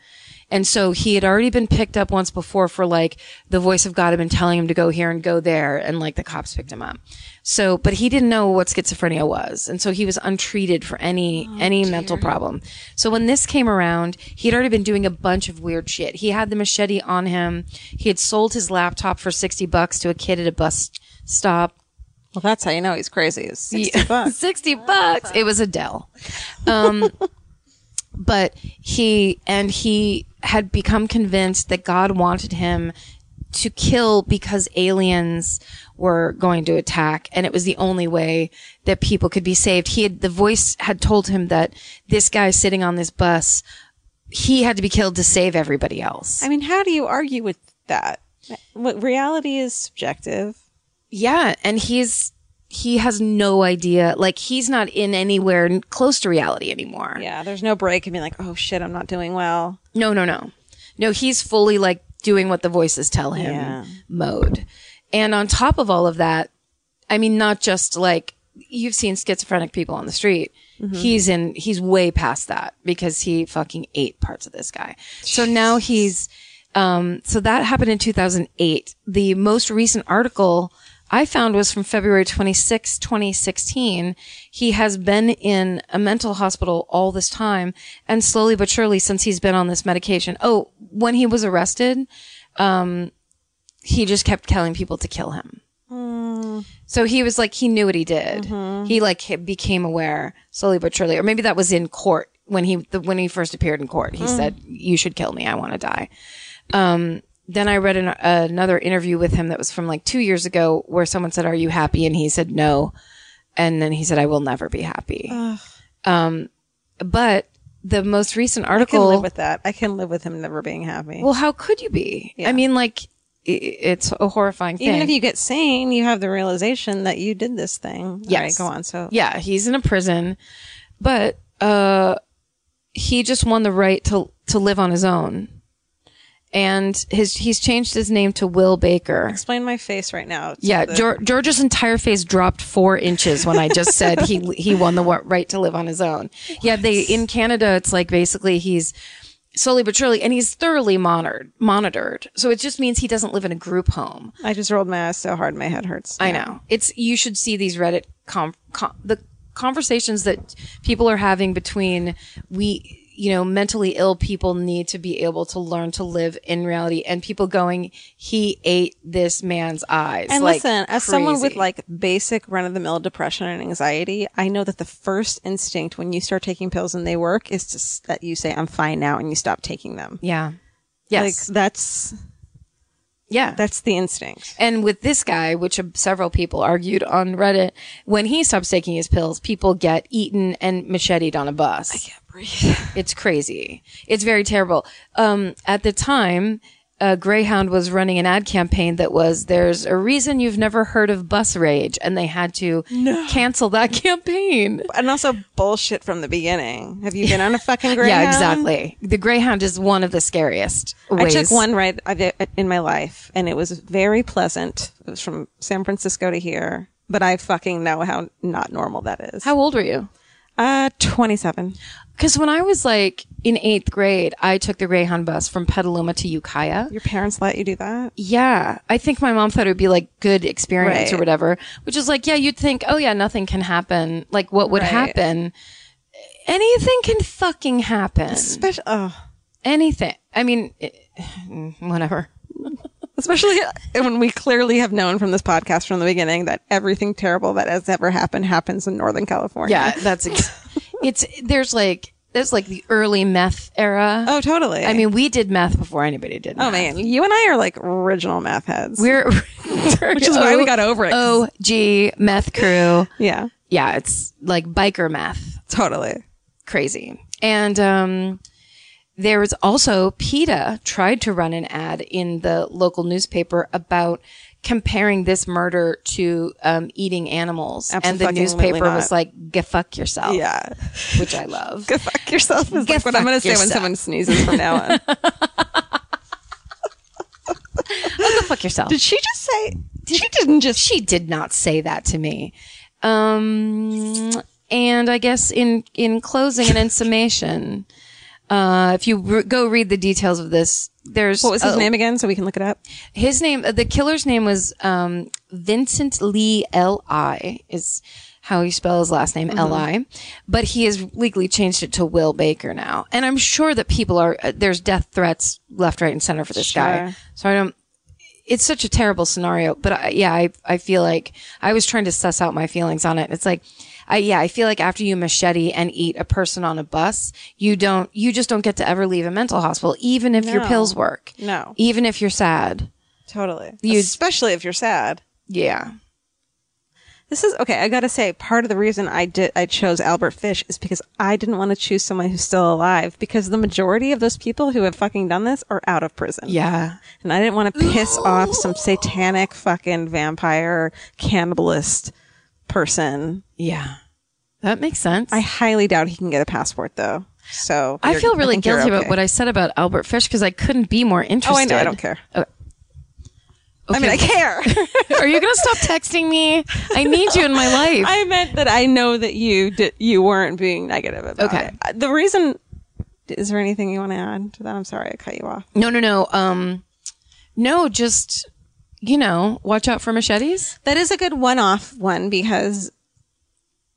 Speaker 4: And so he had already been picked up once before for like the voice of God had been telling him to go here and go there. And like the cops picked him up. So, but he didn't know what schizophrenia was. And so he was untreated for any, any mental problem. So when this came around, he had already been doing a bunch of weird shit. He had the machete on him. He had sold his laptop for 60 bucks to a kid at a bus stop.
Speaker 3: Well, that's how you know he's crazy. It's 60 bucks.
Speaker 4: 60 bucks. It was Adele. Um, but he, and he had become convinced that God wanted him to kill because aliens were going to attack and it was the only way that people could be saved. He had, the voice had told him that this guy sitting on this bus, he had to be killed to save everybody else.
Speaker 3: I mean, how do you argue with that? What reality is subjective.
Speaker 4: Yeah, and he's he has no idea. Like he's not in anywhere n- close to reality anymore.
Speaker 3: Yeah, there's no break and being like, oh shit, I'm not doing well.
Speaker 4: No, no, no. No, he's fully like doing what the voices tell him
Speaker 3: Yeah.
Speaker 4: mode. And on top of all of that, I mean not just like you've seen schizophrenic people on the street. He's in he's way past that because he fucking ate parts of this guy. So now he's um so that happened in 2008. The most recent article I found was from February 26, 2016. He has been in a mental hospital all this time and slowly but surely since he's been on this medication. Oh, when he was arrested, um, he just kept telling people to kill him. So he was like, he knew what he did. He like he became aware slowly but surely, or maybe that was in court when he, the, when he first appeared in court, he said, you should kill me. I want to die Um, then I read an, another interview with him that was from like two years ago where someone said, Are you happy? And he said, No. And then he said, I will never be happy. Um, but the most recent
Speaker 3: I can
Speaker 4: article.
Speaker 3: live with that. I can live with him never being happy.
Speaker 4: well, how could you be? I mean, like, i it's a horrifying thing.
Speaker 3: Even if you get sane, you have the realization that you did this thing.
Speaker 4: Yes.
Speaker 3: All right, go on. So
Speaker 4: yeah, he's in a prison, but uh, he just won the right to to live on his own. And his he's changed his name to Will Baker.
Speaker 3: explain my face right now. It's
Speaker 4: Yeah,
Speaker 3: the-
Speaker 4: Geor George's entire face dropped four inches when I just said he he won the wa- right to live on his own. Yeah, they in Canada, it's like basically he's slowly but surely, and he's thoroughly monitored. Monitored, so it just means he doesn't live in a group home.
Speaker 3: I just rolled my eyes so hard my head hurts.
Speaker 4: I know it's you should see these Reddit com, com the conversations that people are having between we you know mentally ill people need to be able to learn to live in reality and people going he ate this man's eyes
Speaker 3: And
Speaker 4: like,
Speaker 3: listen, as someone with
Speaker 4: crazy.
Speaker 3: like basic run of the mill depression and anxiety, I know that the first instinct when you start taking pills and they work is to s- that you say I'm fine now and you stop taking them.
Speaker 4: Yeah. Yes.
Speaker 3: Like that's
Speaker 4: yeah.
Speaker 3: that's the instinct.
Speaker 4: and with this guy, which uh, several people argued on Reddit, when he stops taking his pills, people get eaten and macheted on a bus. I can't breathe. It's crazy. It's very terrible. Um, at the time, uh, Greyhound was running an ad campaign that was "There's a reason you've never heard of bus rage," and they had to cancel that campaign.
Speaker 3: And also bullshit from the beginning. Have you been on a fucking greyhound?
Speaker 4: Yeah, exactly. The Greyhound is one of the scariest.
Speaker 3: I
Speaker 4: Ways.
Speaker 3: took one ride of it in my life, and it was very pleasant. It was from San Francisco to here, but I fucking know how not normal that is.
Speaker 4: How old were you?
Speaker 3: Uh, twenty-seven.
Speaker 4: Because when I was like in eighth grade, I took the Greyhound bus from Petaluma to Ukiah.
Speaker 3: Your parents let you do that?
Speaker 4: E Yeah. I think my mom thought it would be like good experience or
Speaker 3: Right.
Speaker 4: whatever, which is like, yeah, you'd think, oh yeah, nothing can happen. Like what would
Speaker 3: Right.
Speaker 4: happen? Anything can fucking happen.
Speaker 3: Especially, oh,
Speaker 4: Anything. I mean, it, whatever.
Speaker 3: especially when we clearly have known from this podcast from the beginning that everything terrible that has ever happened happens in Northern California.
Speaker 4: Yeah. That's, ex- it's, there's like, there's like the early meth era.
Speaker 3: Oh, totally.
Speaker 4: I mean, we did meth before anybody did.
Speaker 3: oh man, you and I are like original math heads.
Speaker 4: We're,
Speaker 3: Which is why we got over it.
Speaker 4: OG meth crew.
Speaker 3: yeah,
Speaker 4: yeah, it's like biker math.
Speaker 3: totally.
Speaker 4: Crazy. And um, there was also PETA tried to run an ad in the local newspaper about comparing this murder to um, eating animals. and the
Speaker 3: Abso-fucking-lutely
Speaker 4: newspaper
Speaker 3: not.
Speaker 4: Oh. was like, "Go fuck yourself.
Speaker 3: Yeah.
Speaker 4: Which I love.
Speaker 3: Go fuck fuck yourself is like what I'm going to say when
Speaker 4: yourself.
Speaker 3: someone sneezes from now on.
Speaker 4: Go fuck yourself.
Speaker 3: Did she just say?
Speaker 4: she didn't just she did not say that to me um and i guess in in closing and in summation uh if you re- go read the details of this there's
Speaker 3: What was his
Speaker 4: a-
Speaker 3: name again so we can look it up?
Speaker 4: his name the killer's name was um vincent lee li is how he spells his last name
Speaker 3: Mm-hmm.
Speaker 4: li but he has legally changed it to will baker now and i'm sure that people are uh, there's death threats left right and center for this guy
Speaker 3: Sure.
Speaker 4: so i don't it's such a terrible scenario, but I, yeah, I, I feel like I was trying to suss out my feelings on it. It's like, I, yeah, I feel like after you machete and eat a person on a bus, you don't, you just don't get to ever leave a mental hospital, even if your
Speaker 3: No.
Speaker 4: pills work.
Speaker 3: No.
Speaker 4: Even if you're sad.
Speaker 3: Totally.
Speaker 4: You-
Speaker 3: Especially if you're sad.
Speaker 4: Yeah.
Speaker 3: This is okay. I gotta say, part of the reason I did I chose Albert Fish is because I didn't want to choose someone who's still alive because the majority of those people who have fucking done this are out of prison.
Speaker 4: Yeah.
Speaker 3: and I didn't want to piss off some satanic fucking vampire cannibalist person.
Speaker 4: Yeah. That makes sense.
Speaker 3: I
Speaker 4: I,
Speaker 3: highly doubt he can get a passport though. So you're-
Speaker 4: feel really
Speaker 3: think you're
Speaker 4: guilty about
Speaker 3: okay.
Speaker 4: what I said about Albert Fish because I couldn't be more interested.
Speaker 3: Oh, I know. I don't care. I mean, I care.
Speaker 4: Are you going to stop texting me? I need you in my life.
Speaker 3: I meant that I know that you did, you weren't being negative about
Speaker 4: Okay.
Speaker 3: it. Uh, The reason is there anything you want to add to that? I'm sorry, I cut you off.
Speaker 4: No, no, no. Um, no, just you know, watch out for machetes.
Speaker 3: That is a good one-off one because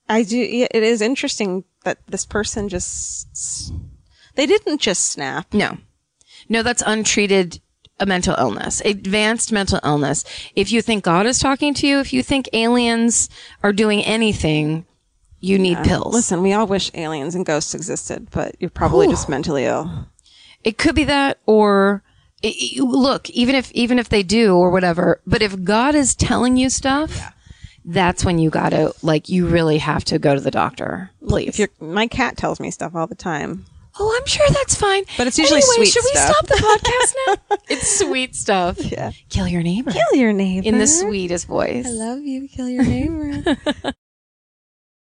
Speaker 3: I do. yeah, It is interesting that this person just s- they didn't just snap.
Speaker 4: No, no, that's untreated a mental illness, advanced mental illness. If you think God is talking to you, if you think aliens are doing anything, you need pills.
Speaker 3: Listen, we all wish aliens and ghosts existed, but you're probably just mentally ill.
Speaker 4: It could be that, or it, it- look, even if even if they do or whatever, but if God is telling you stuff. That's when you gotta, like, you really have to go to the doctor. Please.
Speaker 3: If you're, my cat tells me stuff all the time.
Speaker 4: Oh, I'm sure that's fine.
Speaker 3: But it's usually
Speaker 4: anyway,
Speaker 3: sweet
Speaker 4: should
Speaker 3: stuff.
Speaker 4: we stop the podcast now? it's sweet stuff.
Speaker 3: Yeah.
Speaker 4: Kill your neighbor
Speaker 3: Kill your neighbor
Speaker 4: in the sweetest voice.
Speaker 3: love you. Kill your neighbor.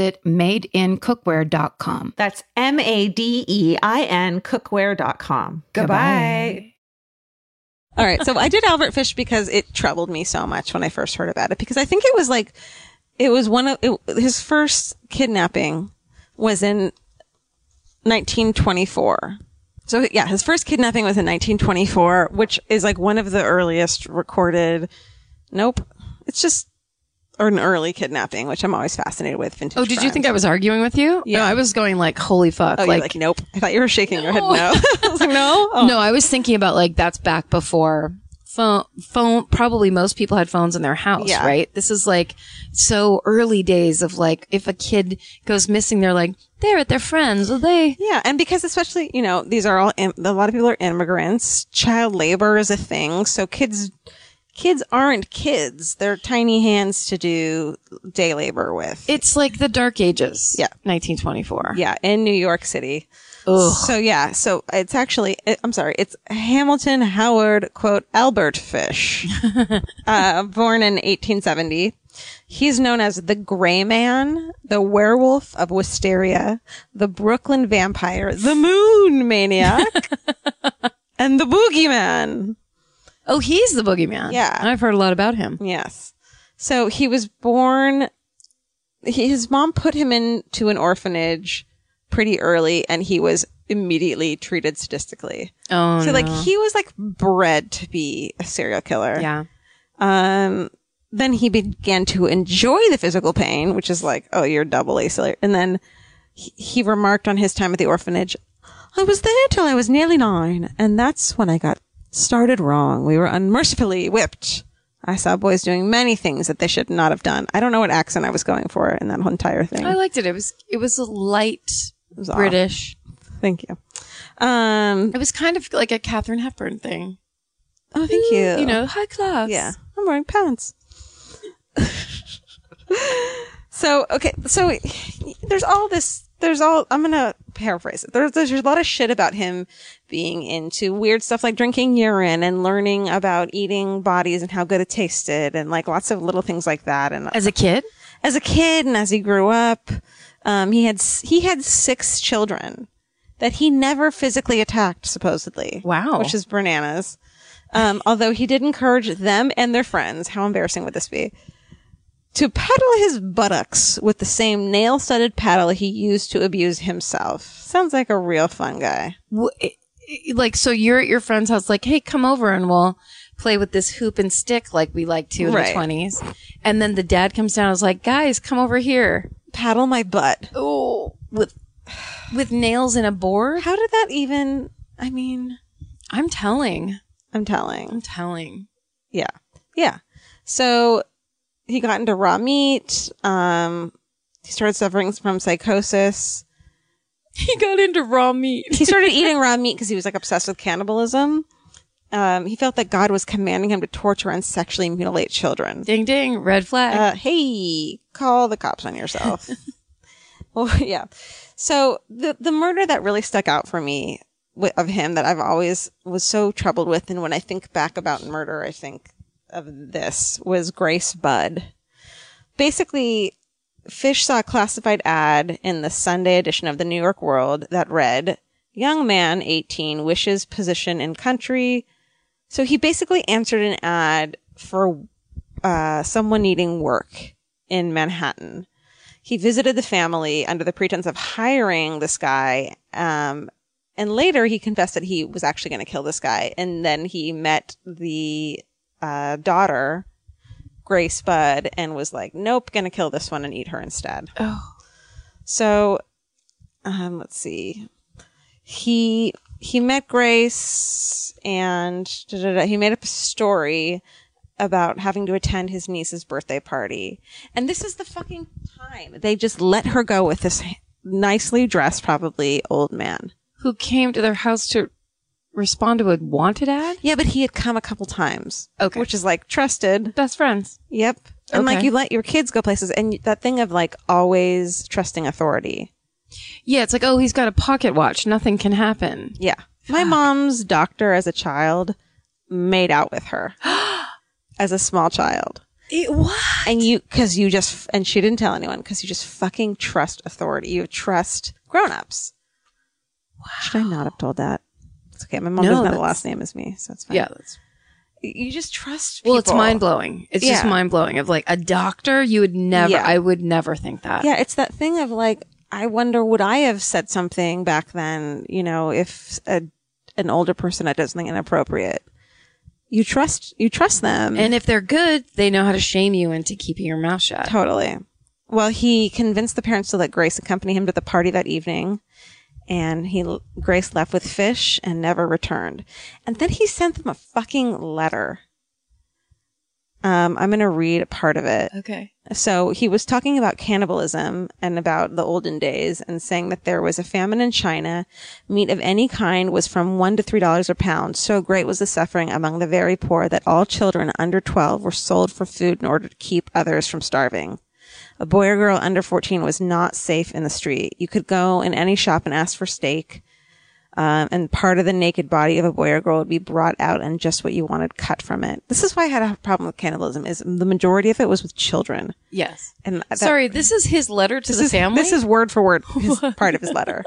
Speaker 2: madeincookware.com.
Speaker 1: That's M A D E I N cookware.com. Goodbye.
Speaker 3: all right. So I did Albert Fish because it troubled me so much when I first heard about it because I think it was like it was one of it, his first kidnapping was in 1924. So yeah, his first kidnapping was in 1924, which is like one of the earliest recorded. Nope, it's just or an early kidnapping, which I'm always fascinated with. Vintage
Speaker 4: Oh, did you
Speaker 3: crimes.
Speaker 4: think I was arguing with you?
Speaker 3: Yeah.
Speaker 4: No, I was going like, holy fuck.
Speaker 3: Oh,
Speaker 4: like,
Speaker 3: you're like nope. I thought you were shaking your head. No, I was like no. Oh.
Speaker 4: no, I was thinking about like, that's back before phone, phone, probably most people had phones in their house,
Speaker 3: Yeah.
Speaker 4: right? This is like so early days of like, if a kid goes missing, they're like, they're at their friends. Well, they,
Speaker 3: Yeah, and because especially you know these are all im- a lot of people are immigrants. Child labor is a thing, so kids kids aren't kids. They're tiny hands to do day labor with.
Speaker 4: it's like the dark ages.
Speaker 3: Yeah.
Speaker 4: 1924.
Speaker 3: yeah, in New York City. So yeah, so it's actually I- I'm sorry, it's Hamilton Howard quote Albert Fish, uh, born in 1870. He's known as the Gray Man, the Werewolf of Wisteria, the Brooklyn Vampire, the Moon Maniac, and the Boogeyman.
Speaker 4: Oh, he's the boogeyman.
Speaker 3: Yeah.
Speaker 4: I've heard a lot about him.
Speaker 3: Yes. So he was born. he- His mom put him into an orphanage pretty early, and he was immediately treated sadistically.
Speaker 4: Oh,
Speaker 3: so like he was like bred to be a serial killer.
Speaker 4: yeah.
Speaker 3: Um. Then he began to enjoy the physical pain, which is like, oh, you're double a serial. And then he, he remarked on his time at the orphanage, "I was there till I was nearly nine, and that's when I got started wrong. We were unmercifully whipped." I saw boys doing many things that they should not have done. I don't know what accent I was going for in that whole entire thing.
Speaker 4: I liked it. It was it was a light
Speaker 3: was off.
Speaker 4: British.
Speaker 3: Thank you. Um,
Speaker 4: It was kind of like a Catherine Hepburn thing.
Speaker 3: oh, thank you.
Speaker 4: You know, high class.
Speaker 3: Yeah, I'm wearing pants. so okay, so there's all this. There's all. I'm gonna paraphrase it. There's there's a lot of shit about him being into weird stuff like drinking urine and learning about eating bodies and how good it tasted and like lots of little things like that. And
Speaker 4: As a kid,
Speaker 3: as a kid and as he grew up, um, he had s- he had six children that he never physically attacked, supposedly.
Speaker 4: Wow.
Speaker 3: which is bananas. Um, although he did encourage them and their friends, how embarrassing would this be? To paddle his buttocks with the same nail-studded paddle he used to abuse himself. Sounds like a real fun guy.
Speaker 4: W- it- it- like so, you're at your friend's house. Like, hey, come over and we'll play with this hoop and stick like we like to in the
Speaker 3: Right.
Speaker 4: twenties. And then the dad comes down. and is like, guys, come over here.
Speaker 3: Paddle my butt.
Speaker 4: Oh, with with nails in a board.
Speaker 3: How did that even? I mean,
Speaker 4: I'm telling.
Speaker 3: I'm telling.
Speaker 4: I'm telling.
Speaker 3: Yeah. Yeah. So he got into raw meat. Um, he started suffering from psychosis.
Speaker 4: He got into raw meat.
Speaker 3: He started eating raw meat because he was like obsessed with cannibalism. Um, he felt that God was commanding him to torture and sexually mutilate children.
Speaker 4: Ding ding, red flag.
Speaker 3: Uh, hey, call the cops on yourself. well, yeah. So the the murder that really stuck out for me wi- of him that I've always was so troubled with, and when I think back about murder, I think of this was Grace Budd. Basically, Fish saw a classified ad in the Sunday edition of the New York World that read, "Young man, eighteen, wishes position in country." So he basically answered an ad for uh, someone needing work in Manhattan. He visited the family under the pretense of hiring this guy. Um, and later he confessed that he was actually going to kill this guy. And then he met the uh, daughter, Grace Budd, and was like, nope, going to kill this one and eat her instead.
Speaker 4: oh,
Speaker 3: So, um, let's see. He he met Grace, and da, da, da, he made up a story about having to attend his niece's birthday party. And this is the fucking time they just let her go with this nicely dressed, probably old man.
Speaker 4: who came to their house to respond to a wanted ad?
Speaker 3: Yeah, but he had come a couple times.
Speaker 4: Okay.
Speaker 3: which is like trusted.
Speaker 4: Best friends.
Speaker 3: Yep. And like
Speaker 4: Okay.
Speaker 3: you let your kids go places, and that thing of like always trusting authority.
Speaker 4: Yeah, it's like, oh, he's got a pocket watch. Nothing can happen.
Speaker 3: Yeah. My mom's doctor as a child made out with her as a small child.
Speaker 4: It what?
Speaker 3: And you, cause you just, and she didn't tell anyone cause you just fucking trust authority. You trust grown-ups. Should I not have told that? It's okay. My mom
Speaker 4: No,
Speaker 3: doesn't have the
Speaker 4: that's-
Speaker 3: last name as me, so it's fine.
Speaker 4: Yeah. That's,
Speaker 3: You just trust people.
Speaker 4: well, it's mind blowing. It's just
Speaker 3: Yeah.
Speaker 4: mind blowing. Of like a doctor, you would never.
Speaker 3: Yeah.
Speaker 4: I would never think that.
Speaker 3: Yeah. It's that thing of like, I wonder, would I have said something back then, you know, if a, an older person had done something inappropriate? You trust, you trust them.
Speaker 4: And if they're good, they know how to shame you into keeping your mouth shut.
Speaker 3: Totally. Well, he convinced the parents to let Grace accompany him to the party that evening, and he Grace left with fish and never returned. And then he sent them a fucking letter. Um, I'm going to read a part of it.
Speaker 4: Okay.
Speaker 3: So he was talking about cannibalism and about the olden days and saying that there was a famine in China. Meat of any kind was from one to three dollars a pound. So great was the suffering among the very poor that all children under 12 were sold for food in order to keep others from starving. A boy or girl under 14 was not safe in the street. You could go in any shop and ask for steak, um, and part of the naked body of a boy or girl would be brought out and just what you wanted cut from it. This is why I had a problem with cannibalism. Is the majority of it was with children.
Speaker 4: Yes.
Speaker 3: And that-
Speaker 4: Sorry, this is his letter to
Speaker 3: this
Speaker 4: the
Speaker 3: is,
Speaker 4: family.
Speaker 3: This is word for word his, part of his letter.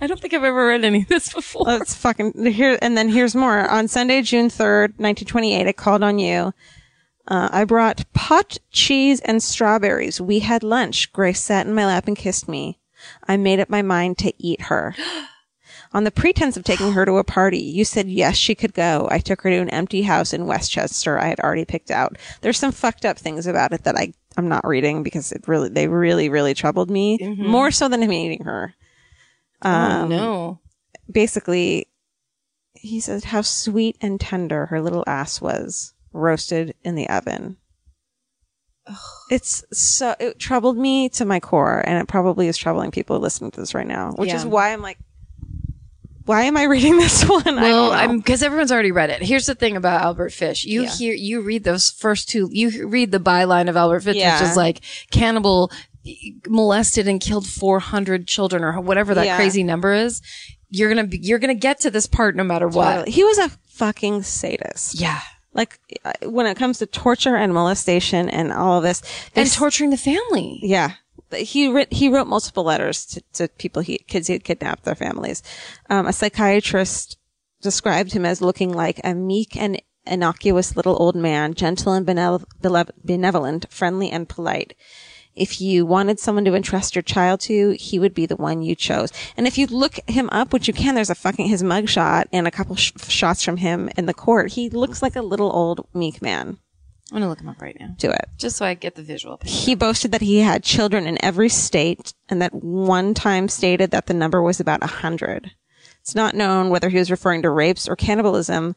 Speaker 4: I don't think I've ever read any of this before.
Speaker 3: Let's fucking here. And then here's more. On Sunday, June 3rd, 1928, I called on you. Uh, I brought pot, cheese, and strawberries. We had lunch. Grace sat in my lap and kissed me. I made up my mind to eat her. On the pretense of taking her to a party, you said yes, she could go. I took her to an empty house in Westchester I had already picked out. There's some fucked up things about it that I, I'm not reading because it really, they really, really troubled me. More so than him eating her Um,
Speaker 4: oh, no.
Speaker 3: basically, he said how sweet and tender her little ass was roasted in the oven. It's so it troubled me to my core, and it probably is troubling people listening to this right now, which
Speaker 4: Yeah.
Speaker 3: is why I'm like, why am I reading this one? I don't
Speaker 4: Well,
Speaker 3: know.
Speaker 4: I'm because everyone's already read it. Here's the thing about Albert Fish. You
Speaker 3: Yeah.
Speaker 4: hear, you read those first two, you read the byline of Albert Fish,
Speaker 3: Yeah.
Speaker 4: which is like cannibal molested and killed 400 children or whatever that
Speaker 3: Yeah.
Speaker 4: crazy number is. You're going to be, you're going to get to this part no matter what.
Speaker 3: he was a fucking sadist.
Speaker 4: Yeah.
Speaker 3: Like uh, when it comes to torture and molestation and all of this,
Speaker 4: And
Speaker 3: there's-
Speaker 4: torturing the family.
Speaker 3: Yeah. He writ, he wrote multiple letters to, to people he kids he had kidnapped their families. Um, a psychiatrist described him as looking like a meek and innocuous little old man, gentle and benev- belev- benevolent, friendly and polite. If you wanted someone to entrust your child to, he would be the one you chose. And if you look him up, which you can, there's a fucking his mugshot and a couple sh- shots from him in the court. He looks like a little old meek man.
Speaker 4: I'm going to look him up right now
Speaker 3: Do it.
Speaker 4: just so I get the visual.
Speaker 3: He boasted that he had children in every state and that one time stated that the number was about 100. It's not known whether he was referring to rapes or cannibalism,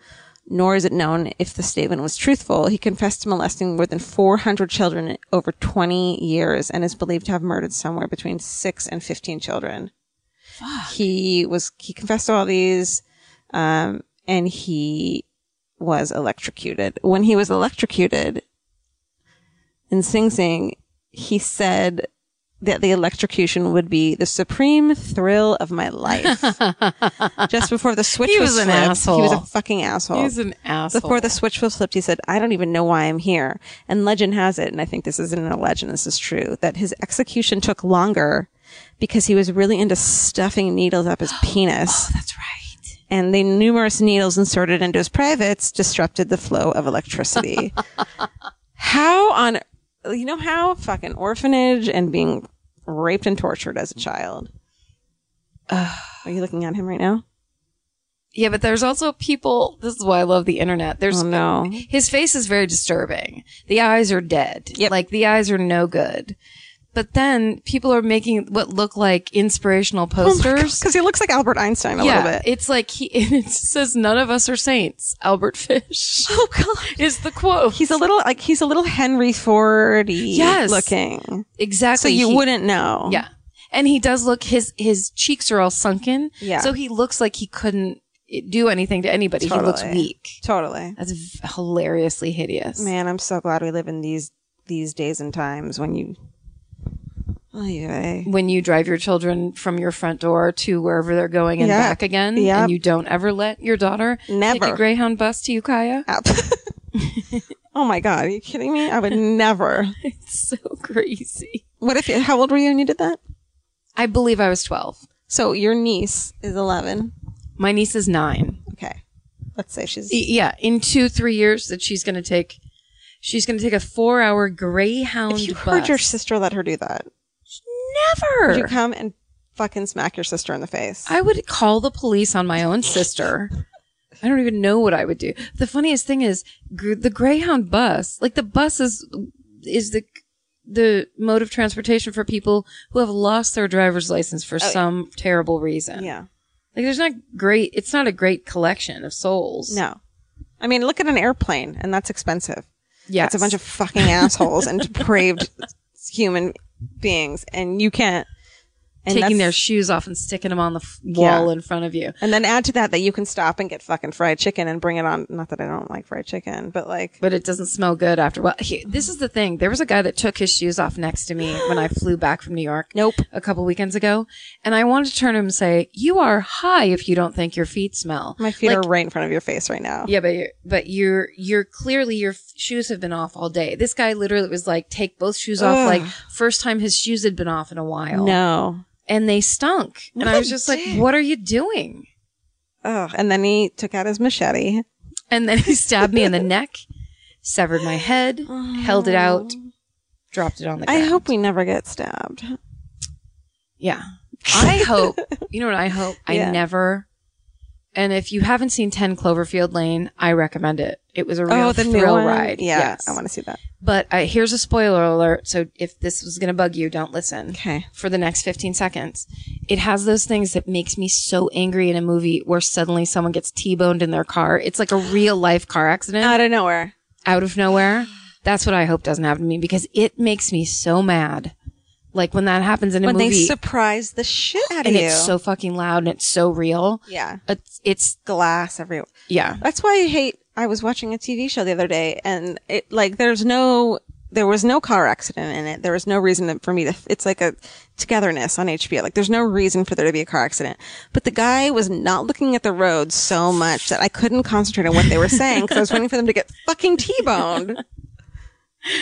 Speaker 3: nor is it known if the statement was truthful. He confessed to molesting more than 400 children in over 20 years and is believed to have murdered somewhere between 6 and 15 children. He was he confessed to all these um and he was electrocuted. When he was electrocuted, in Sing Sing, he said that the electrocution would be the supreme thrill of my life. Just before the switch
Speaker 4: He
Speaker 3: was,
Speaker 4: was an
Speaker 3: flipped, He was a
Speaker 4: asshole.
Speaker 3: fucking asshole.
Speaker 4: He's an asshole.
Speaker 3: Before the switch was flipped, he said, I don't even know why I'm here. And legend has it, and I think this isn't a legend, this is true, that his execution took longer because he was really into stuffing needles up his penis.
Speaker 4: That's right.
Speaker 3: And the numerous needles inserted into his privates disrupted the flow of electricity. how on, you know, how fucking orphanage and being raped and tortured as a child. Are you looking at him right now?
Speaker 4: Yeah, but there's also people. This is why I love the internet. There's
Speaker 3: Oh no.
Speaker 4: his face is very disturbing. The eyes are dead.
Speaker 3: Yep.
Speaker 4: Like the eyes are no good. But then people are making what look like inspirational
Speaker 3: Oh
Speaker 4: posters.
Speaker 3: Because he looks like Albert Einstein a
Speaker 4: yeah,
Speaker 3: little bit.
Speaker 4: it's like he it says none of us are saints. Albert Fish
Speaker 3: Oh god.
Speaker 4: is the quote.
Speaker 3: He's a little like he's a little Henry Fordy
Speaker 4: Yes.
Speaker 3: looking. So
Speaker 4: exactly.
Speaker 3: you
Speaker 4: he-
Speaker 3: wouldn't know.
Speaker 4: Yeah. And he does look his his cheeks are all sunken.
Speaker 3: Yeah.
Speaker 4: So he looks like he couldn't do anything to anybody. He looks
Speaker 3: Totally.
Speaker 4: weak.
Speaker 3: Totally.
Speaker 4: That's v- hilariously hideous.
Speaker 3: Man, I'm so glad we live in these these days and times when you oh, Ay, ay.
Speaker 4: when you drive your children from your front door to wherever they're going and
Speaker 3: Yeah.
Speaker 4: back again,
Speaker 3: Yeah.
Speaker 4: and you don't ever let your daughter take
Speaker 3: Never.
Speaker 4: a Greyhound bus to Ukiah.
Speaker 3: Up. oh my god, are you kidding me? I would never.
Speaker 4: It's so crazy.
Speaker 3: What if you, how old were you when you did that?
Speaker 4: I believe I was twelve.
Speaker 3: So your niece is 11.
Speaker 4: My niece is nine.
Speaker 3: Okay. Let's say she's
Speaker 4: Y- Yeah, in two three years that she's going to take, she's going to take a four hour Greyhound
Speaker 3: If you
Speaker 4: bus.
Speaker 3: heard your sister let her do that, would
Speaker 4: Never.
Speaker 3: you come and fucking smack your sister in the face?
Speaker 4: I would call the police on my own sister. I don't even know what I would do. The funniest thing is gr- the Greyhound bus, like the bus is, is the, the mode of transportation for people who have lost their driver's license for some terrible reason.
Speaker 3: Oh, yeah.
Speaker 4: Like there's not great, it's not a great collection of souls.
Speaker 3: No. I mean, look at an airplane, and that's expensive.
Speaker 4: Yeah.
Speaker 3: It's a bunch of fucking assholes and depraved human beings, and you can't. And
Speaker 4: taking
Speaker 3: that's-
Speaker 4: their shoes off and sticking them on the f- wall
Speaker 3: Yeah.
Speaker 4: in front of you.
Speaker 3: And then add to that that you can stop and get fucking fried chicken and bring it on. Not that I don't like fried chicken, but like,
Speaker 4: But it doesn't smell good after. Well, he, this is the thing. There was a guy that took his shoes off next to me when I flew back from New York.
Speaker 3: Nope.
Speaker 4: A couple weekends ago, and I wanted to turn to him and say, "You are high if you don't think your feet smell."
Speaker 3: my feet
Speaker 4: Like,
Speaker 3: are right in front of your face right now.
Speaker 4: Yeah, but you're, but you're you're clearly your f- shoes have been off all day. This guy literally was like, take both shoes off.
Speaker 3: Ugh.
Speaker 4: Like first time his shoes had been off in a while.
Speaker 3: No.
Speaker 4: and they stunk. and I was just like, what are you doing?
Speaker 3: Ugh. And then he took out his machete.
Speaker 4: And then he stabbed me in the neck, severed my head, held it out, dropped it on the ground.
Speaker 3: Oh. I hope we never get stabbed.
Speaker 4: Yeah. I hope. You know what I hope? I
Speaker 3: Yeah.
Speaker 4: never. And if you haven't seen 10 Cloverfield Lane, I recommend it. It was a real
Speaker 3: oh, the new
Speaker 4: thrill
Speaker 3: one?
Speaker 4: ride.
Speaker 3: Yeah,
Speaker 4: Yes.
Speaker 3: I want to see that.
Speaker 4: But uh, here's a spoiler alert. So if this was going to bug you, don't listen.
Speaker 3: Okay.
Speaker 4: For the next 15 seconds. It has those things that makes me so angry in a movie where suddenly someone gets T-boned in their car. It's like a real life car accident
Speaker 3: Out of nowhere.
Speaker 4: out of nowhere. That's what I hope doesn't happen to me because it makes me so mad. Like when that happens in a
Speaker 3: When they
Speaker 4: movie
Speaker 3: surprise the shit out of
Speaker 4: and
Speaker 3: you.
Speaker 4: it's so fucking loud and it's so real.
Speaker 3: yeah.
Speaker 4: It's, it's
Speaker 3: Glass everywhere.
Speaker 4: yeah.
Speaker 3: That's why I hate. I was watching a TV show the other day, and it like there's no, there was no car accident in it. There was no reason for me to. It's like a togetherness on HBO. Like there's no reason for there to be a car accident. But the guy was not looking at the road so much that I couldn't concentrate on what they were saying because I was waiting for them to get fucking t-boned.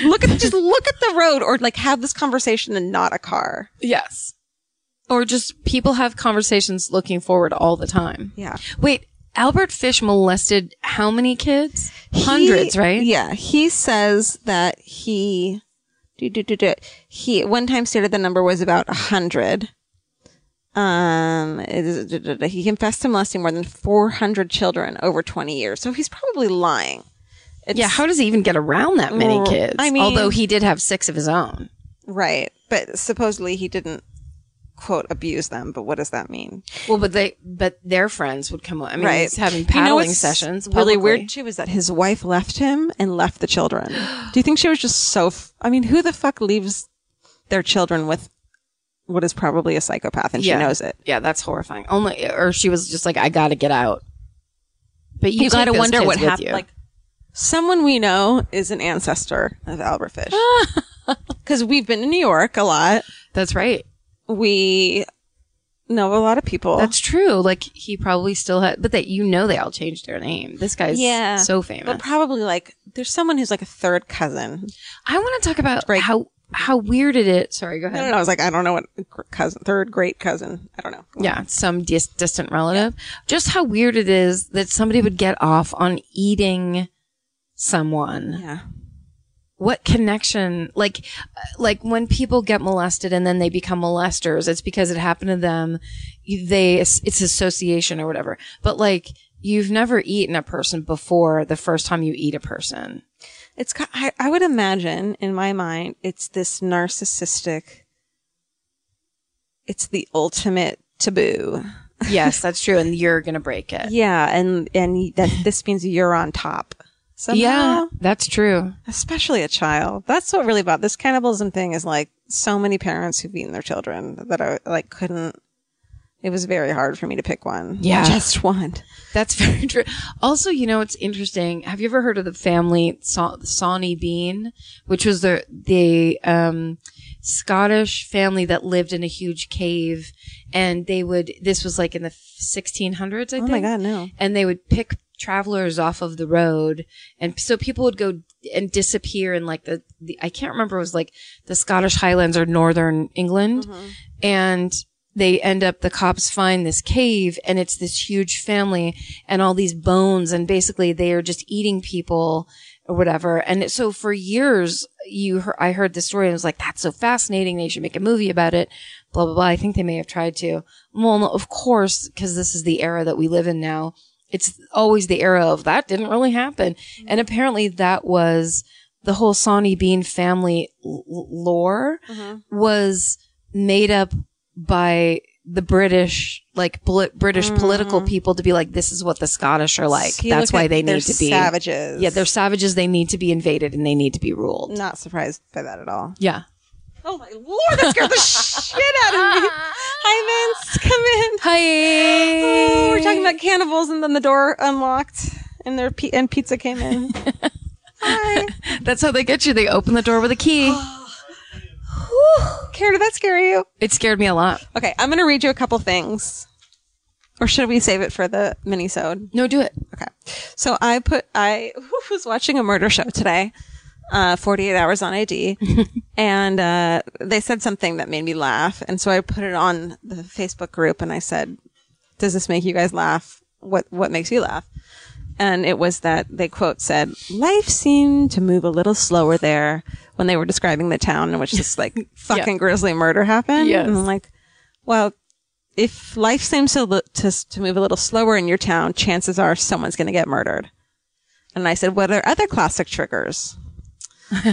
Speaker 3: Look at just look at the road, or like have this conversation and not a car.
Speaker 4: Yes. Or just people have conversations looking forward all the time.
Speaker 3: Yeah.
Speaker 4: Wait, Albert Fish molested how many kids? Hundreds,
Speaker 3: He-
Speaker 4: right?
Speaker 3: Yeah. He says that he, do, do, do, do, he at one time stated the number was about a hundred. Um, it is- do, do, do. he confessed to molesting more than 400 children over 20 years. So he's probably lying. It's,
Speaker 4: Yeah, how does he even get around that many
Speaker 3: Well,
Speaker 4: kids?
Speaker 3: I mean-
Speaker 4: although he did have six of his own.
Speaker 3: right. But supposedly he didn't quote abuse them. But what does that mean?
Speaker 4: Well, but they, but their friends would come. o- I mean,
Speaker 3: right.
Speaker 4: he's having
Speaker 3: You
Speaker 4: paddling
Speaker 3: know what's
Speaker 4: sessions.
Speaker 3: Really
Speaker 4: publicly.
Speaker 3: weird too is that his wife left him and left the children. Do you think she was just so? F- I mean, who the fuck leaves their children with what is probably a psychopath and she knows it?
Speaker 4: Yeah, that's horrifying. Only, or she was just like, I got to get out. But you, got to
Speaker 3: wonder what happened. Like someone we know is an ancestor of Albert Fish because we've been to New York a lot.
Speaker 4: that's right.
Speaker 3: We know a lot of people.
Speaker 4: That's true. Like he probably still had, but that you know they all changed their name. This guy's
Speaker 3: Yeah.
Speaker 4: so
Speaker 3: but
Speaker 4: famous.
Speaker 3: probably like there's someone who's like a third cousin.
Speaker 4: I want to talk about
Speaker 3: Break.
Speaker 4: how how weird it is. Sorry, go
Speaker 3: I
Speaker 4: ahead.
Speaker 3: don't know. I was like, I don't know what cousin, third great cousin. I don't know.
Speaker 4: Yeah, some dis- distant relative. Just how weird it is that somebody would get off on eating someone.
Speaker 3: Yeah.
Speaker 4: what connection like like when people get molested and then they become molesters it's because it happened to them You- they it's it's association or whatever but like you've never eaten a person before the first time you eat a person
Speaker 3: It's ki- I, I would imagine in my mind it's this narcissistic. It's the ultimate taboo.
Speaker 4: yes that's true and you're gonna break it
Speaker 3: Yeah, and and that this means you're on top. Somehow,
Speaker 4: yeah that's true
Speaker 3: especially a child. That's what really about this cannibalism thing is like so many parents who've eaten their children that I like couldn't. It was very hard for me to pick one.
Speaker 4: Yeah.
Speaker 3: just one.
Speaker 4: that's very true also you know it's interesting have you ever heard of the family Sa- Sawney Bean which was the the um Scottish family that lived in a huge cave, and they would. This was like in the 1600s, I think.
Speaker 3: Oh my god, no.
Speaker 4: And they would pick travelers off of the road, and so people would go and disappear in like the, the I can't remember. It was like the Scottish Highlands or Northern England,
Speaker 3: Mm-hmm.
Speaker 4: and they end up the cops find this cave and it's this huge family and all these bones and basically they are just eating people or whatever. And it- so for years, you heard, I heard this story and was like, that's so fascinating. They should make a movie about it. Blah, blah, blah. I think they may have tried to. Well, no, of course, because this is the era that we live in now. It's always the era of that didn't really happen.
Speaker 3: Mm-hmm.
Speaker 4: And apparently that was the whole Sonny Bean family l- l- lore
Speaker 3: Mm-hmm.
Speaker 4: was made up by the British, like bl- British political people to be like, this is what the Scottish are like.
Speaker 3: Mm-hmm. See,
Speaker 4: That's
Speaker 3: look
Speaker 4: why
Speaker 3: at-
Speaker 4: they
Speaker 3: they're
Speaker 4: need to be
Speaker 3: savages.
Speaker 4: yeah, they're savages. They need to be invaded and they need to be ruled.
Speaker 3: not surprised by that at all.
Speaker 4: Yeah.
Speaker 3: Oh my lord, that scared the shit out of me. Hi, Vince. Come in.
Speaker 4: Hi.
Speaker 3: Oh, we're talking about cannibals, and then the door unlocked, and their pi- and pizza came in. Hi,
Speaker 4: That's how they get you. They open the door with a key.
Speaker 3: Karen. Did that scare you?
Speaker 4: It scared me a lot.
Speaker 3: Okay, I'm gonna read you a couple things, or should we save it for the mini-sode?
Speaker 4: No, do it.
Speaker 3: Okay. So I put I was watching a murder show today, uh, 48 hours on ID, and uh, they said something that made me laugh, and so I put it on the Facebook group, and I said, "Does this make you guys laugh? What What makes you laugh?" And it was that they quote said, "Life seemed to move a little slower there when they were describing the town in which this like fucking grisly murder happened."
Speaker 4: Yes.
Speaker 3: And I'm like, well, if life seems to, li- to s- to move a little slower in your town, chances are someone's going to get murdered. And I said, what are other classic triggers?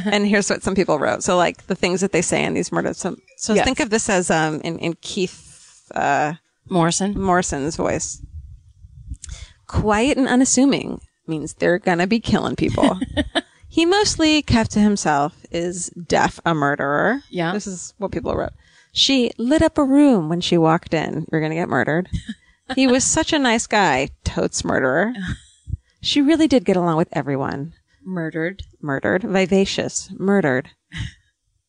Speaker 3: and here's what some people wrote. So like the things that they say in these murders. So, so
Speaker 4: Yes.
Speaker 3: think of this as um in, in Keith uh,
Speaker 4: Morrison.
Speaker 3: Morrison's voice. Quiet and unassuming means they're gonna be killing people. he mostly kept to himself, is deaf a murderer.
Speaker 4: Yeah.
Speaker 3: This is what people wrote. She lit up a room when she walked in. You're gonna get murdered. he was such a nice guy, totes murderer. She really did get along with everyone.
Speaker 4: Murdered.
Speaker 3: Murdered, vivacious, murdered,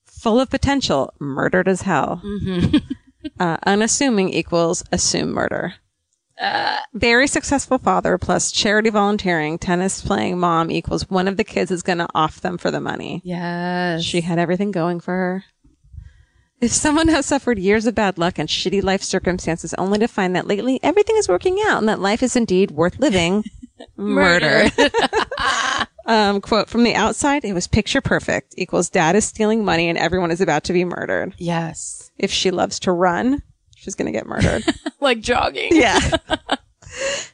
Speaker 3: full of potential, murdered as hell. uh, unassuming equals assume murder. Very successful father plus charity volunteering, tennis playing mom equals one of the kids is going to off them for the money.
Speaker 4: Yes.
Speaker 3: She had everything going for her. If someone has suffered years of bad luck and shitty life circumstances only to find that lately everything is working out and that life is indeed worth living, murder. um, quote from the outside, it was picture perfect equals dad is stealing money and everyone is about to be murdered.
Speaker 4: Yes.
Speaker 3: If she loves to run, she's going to get murdered.
Speaker 4: Like jogging.
Speaker 3: Yeah.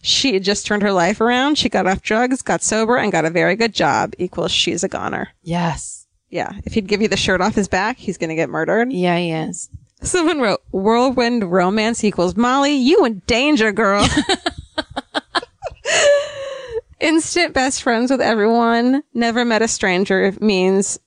Speaker 3: she had just turned her life around. She got off drugs, got sober, and got a very good job. Equals she's a goner.
Speaker 4: Yes.
Speaker 3: Yeah. If he'd give you the shirt off his back, he's going to get murdered.
Speaker 4: Yeah, he is.
Speaker 3: Someone wrote, Whirlwind romance equals Molly, you in danger, girl. Instant best friends with everyone. Never met a stranger means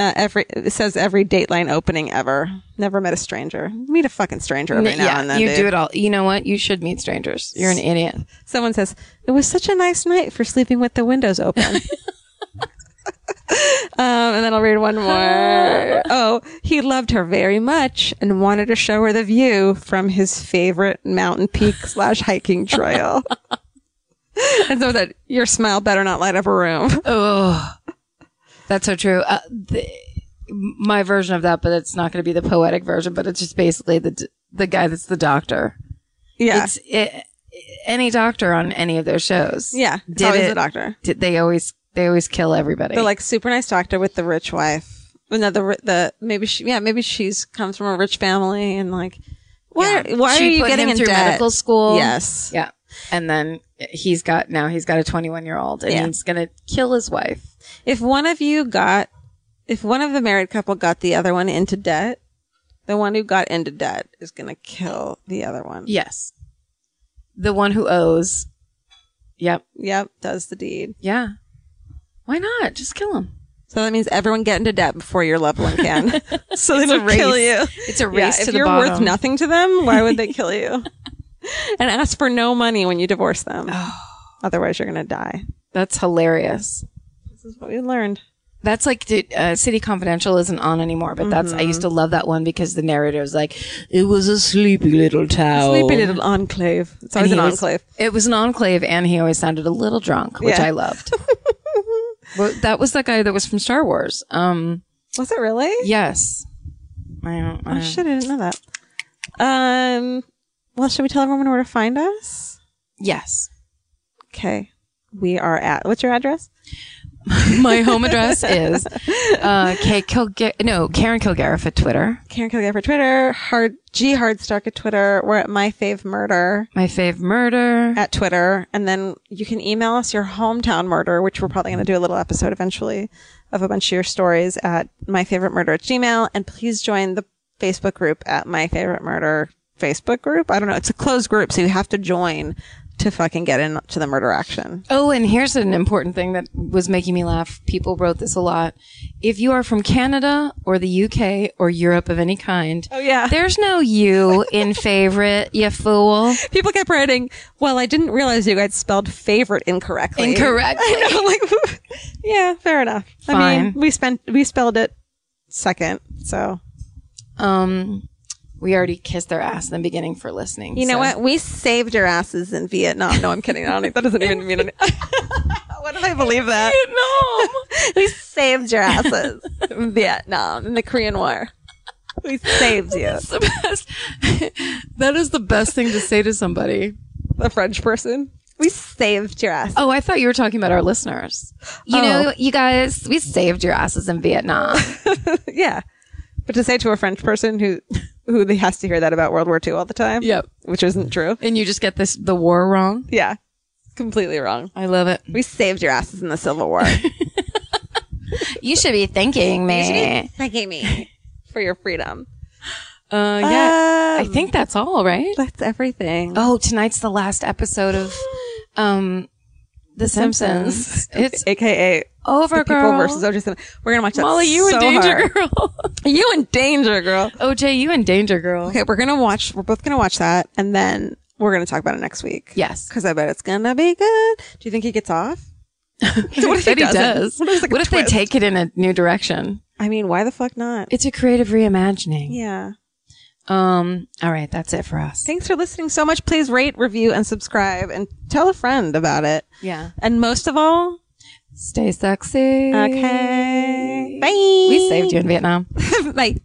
Speaker 3: uh, every it says every Dateline opening ever. Never met a stranger. Meet a fucking stranger every now
Speaker 4: yeah,
Speaker 3: and then.
Speaker 4: you
Speaker 3: dude.
Speaker 4: do it all. You know what? You should meet strangers. You're an idiot.
Speaker 3: Someone says, It was such a nice night for sleeping with the windows open. um, and then I'll read one more. Oh, he loved her very much and wanted to show her the view from his favorite mountain peak slash hiking trail. and so that your smile better not light up a room.
Speaker 4: Oh, that's so true. Uh, the, my version of that, but it's not going to be the poetic version. But it's just basically the d- the guy that's the doctor.
Speaker 3: Yeah.
Speaker 4: It's it, any doctor on any of their shows.
Speaker 3: yeah. It's
Speaker 4: did
Speaker 3: always
Speaker 4: it-
Speaker 3: the doctor.
Speaker 4: Did they always they always kill everybody?
Speaker 3: The like super nice doctor with the rich wife. No, the ri- the maybe she yeah maybe she's comes from a rich family and like why why
Speaker 4: She
Speaker 3: are you
Speaker 4: put
Speaker 3: getting
Speaker 4: him
Speaker 3: in
Speaker 4: through
Speaker 3: debt?
Speaker 4: medical school?
Speaker 3: Yes.
Speaker 4: yeah. And then he's got now he's got a 21 year old and
Speaker 3: Yeah.
Speaker 4: he's going to kill his wife.
Speaker 3: If one of you got, if one of the married couple got the other one into debt, the one who got into debt is going to kill the other one.
Speaker 4: Yes, the one who owes. Yep.
Speaker 3: Yep, does the deed.
Speaker 4: Yeah. Why not? Just kill him.
Speaker 3: So that means everyone get into debt before your loved one can. so they
Speaker 4: It's a
Speaker 3: don't kill
Speaker 4: race.
Speaker 3: you.
Speaker 4: It's a
Speaker 3: Yeah,
Speaker 4: race
Speaker 3: if
Speaker 4: to the
Speaker 3: you're
Speaker 4: bottom.
Speaker 3: worth nothing to them, why would they kill you? and ask for no money when you divorce them.
Speaker 4: Oh.
Speaker 3: Otherwise, you're going to die.
Speaker 4: That's hilarious.
Speaker 3: This is what we learned.
Speaker 4: That's like dude, uh, City Confidential isn't on anymore, but that's I used
Speaker 3: Mm-hmm.
Speaker 4: to love that one because the narrator was like, "It was a sleepy little town."
Speaker 3: Sleepy little enclave. It's always
Speaker 4: Oh. And
Speaker 3: an
Speaker 4: he was-
Speaker 3: enclave.
Speaker 4: It was an enclave, and he always sounded a little drunk, which
Speaker 3: Yeah.
Speaker 4: I loved. well, that was the guy that was from Star Wars. Um,
Speaker 3: Was it really?
Speaker 4: yes. I don't, I
Speaker 3: Oh, shit, I didn't know that. Um, well, should we tell everyone where to find us?
Speaker 4: Yes.
Speaker 3: Okay. We are at, what's your address?
Speaker 4: My home address is uh, K Kilga- no Karen Kilgariff at Twitter.
Speaker 3: Karen Kilgare for Twitter, hard, G Hardstock at Twitter. We're at my fave murder
Speaker 4: My fave murder.
Speaker 3: at Twitter. And then you can email us your hometown murder, which we're probably going to do a little episode eventually of a bunch of your stories at my favorite murder at Gmail. And please join the Facebook group at my favorite murder Facebook group. I don't know. It's a closed group. So you have to join to fucking get into the murder action.
Speaker 4: Oh, and here's an important thing that was making me laugh. People wrote this a lot. If you are from Canada or the UK or Europe of any kind, oh
Speaker 3: yeah.
Speaker 4: there's no you in favorite, you fool.
Speaker 3: People kept writing, well, I didn't realize you guys spelled favorite incorrectly.
Speaker 4: Incorrectly.
Speaker 3: I know, like, yeah, fair enough. I mean,
Speaker 4: Fine.
Speaker 3: we spent, we spelled it second, so.
Speaker 4: Um, we already kissed their ass in the beginning for listening.
Speaker 3: You know
Speaker 4: so-
Speaker 3: what? We saved your asses in Vietnam. No, I'm kidding. I don't, that doesn't even mean anything. what did I believe that? we saved your asses in Vietnam in the Korean War. We saved you.
Speaker 4: That's the best. that is the best thing to say to somebody.
Speaker 3: The French person. We saved your ass.
Speaker 4: Oh, I thought you were talking about our listeners. You know, you guys, we saved your asses in Vietnam.
Speaker 3: Yeah. But to say to a French person who who has to hear that about World War II all the time.
Speaker 4: Yep.
Speaker 3: Which isn't true.
Speaker 4: and you just get this the war wrong.
Speaker 3: Yeah. Completely wrong.
Speaker 4: I love it.
Speaker 3: We saved your asses in the Civil War.
Speaker 4: You should be thanking me.
Speaker 3: Thanking me for your freedom.
Speaker 4: Uh, yeah,
Speaker 3: Um,
Speaker 4: I think that's all, right?
Speaker 3: That's everything.
Speaker 4: Oh, tonight's the last episode of um, The, Simpsons. It's
Speaker 3: AKA
Speaker 4: over,
Speaker 3: the
Speaker 4: girl.
Speaker 3: people versus OJ Simpson. We're gonna watch that.
Speaker 4: Molly, you
Speaker 3: so
Speaker 4: in danger,
Speaker 3: hard.
Speaker 4: girl.
Speaker 3: You in danger, girl.
Speaker 4: OJ, you in danger, girl.
Speaker 3: Okay, we're gonna watch. We're both gonna watch that, and then we're gonna talk about it next week.
Speaker 4: Yes.
Speaker 3: because I bet it's gonna be good. Do you think he gets off? So what if
Speaker 4: But
Speaker 3: he
Speaker 4: he
Speaker 3: doesn't?
Speaker 4: does.
Speaker 3: What if it's like a
Speaker 4: what if they
Speaker 3: twist?
Speaker 4: take it in a new direction?
Speaker 3: I mean, why the fuck not?
Speaker 4: It's a creative reimagining.
Speaker 3: Yeah.
Speaker 4: Um. All right, that's it for us.
Speaker 3: Thanks for listening so much. Please rate, review, and subscribe, and tell a friend about it.
Speaker 4: Yeah.
Speaker 3: And most of all,
Speaker 4: Stay sexy.
Speaker 3: okay. Bye.
Speaker 4: We saved you in Vietnam.
Speaker 3: Bye.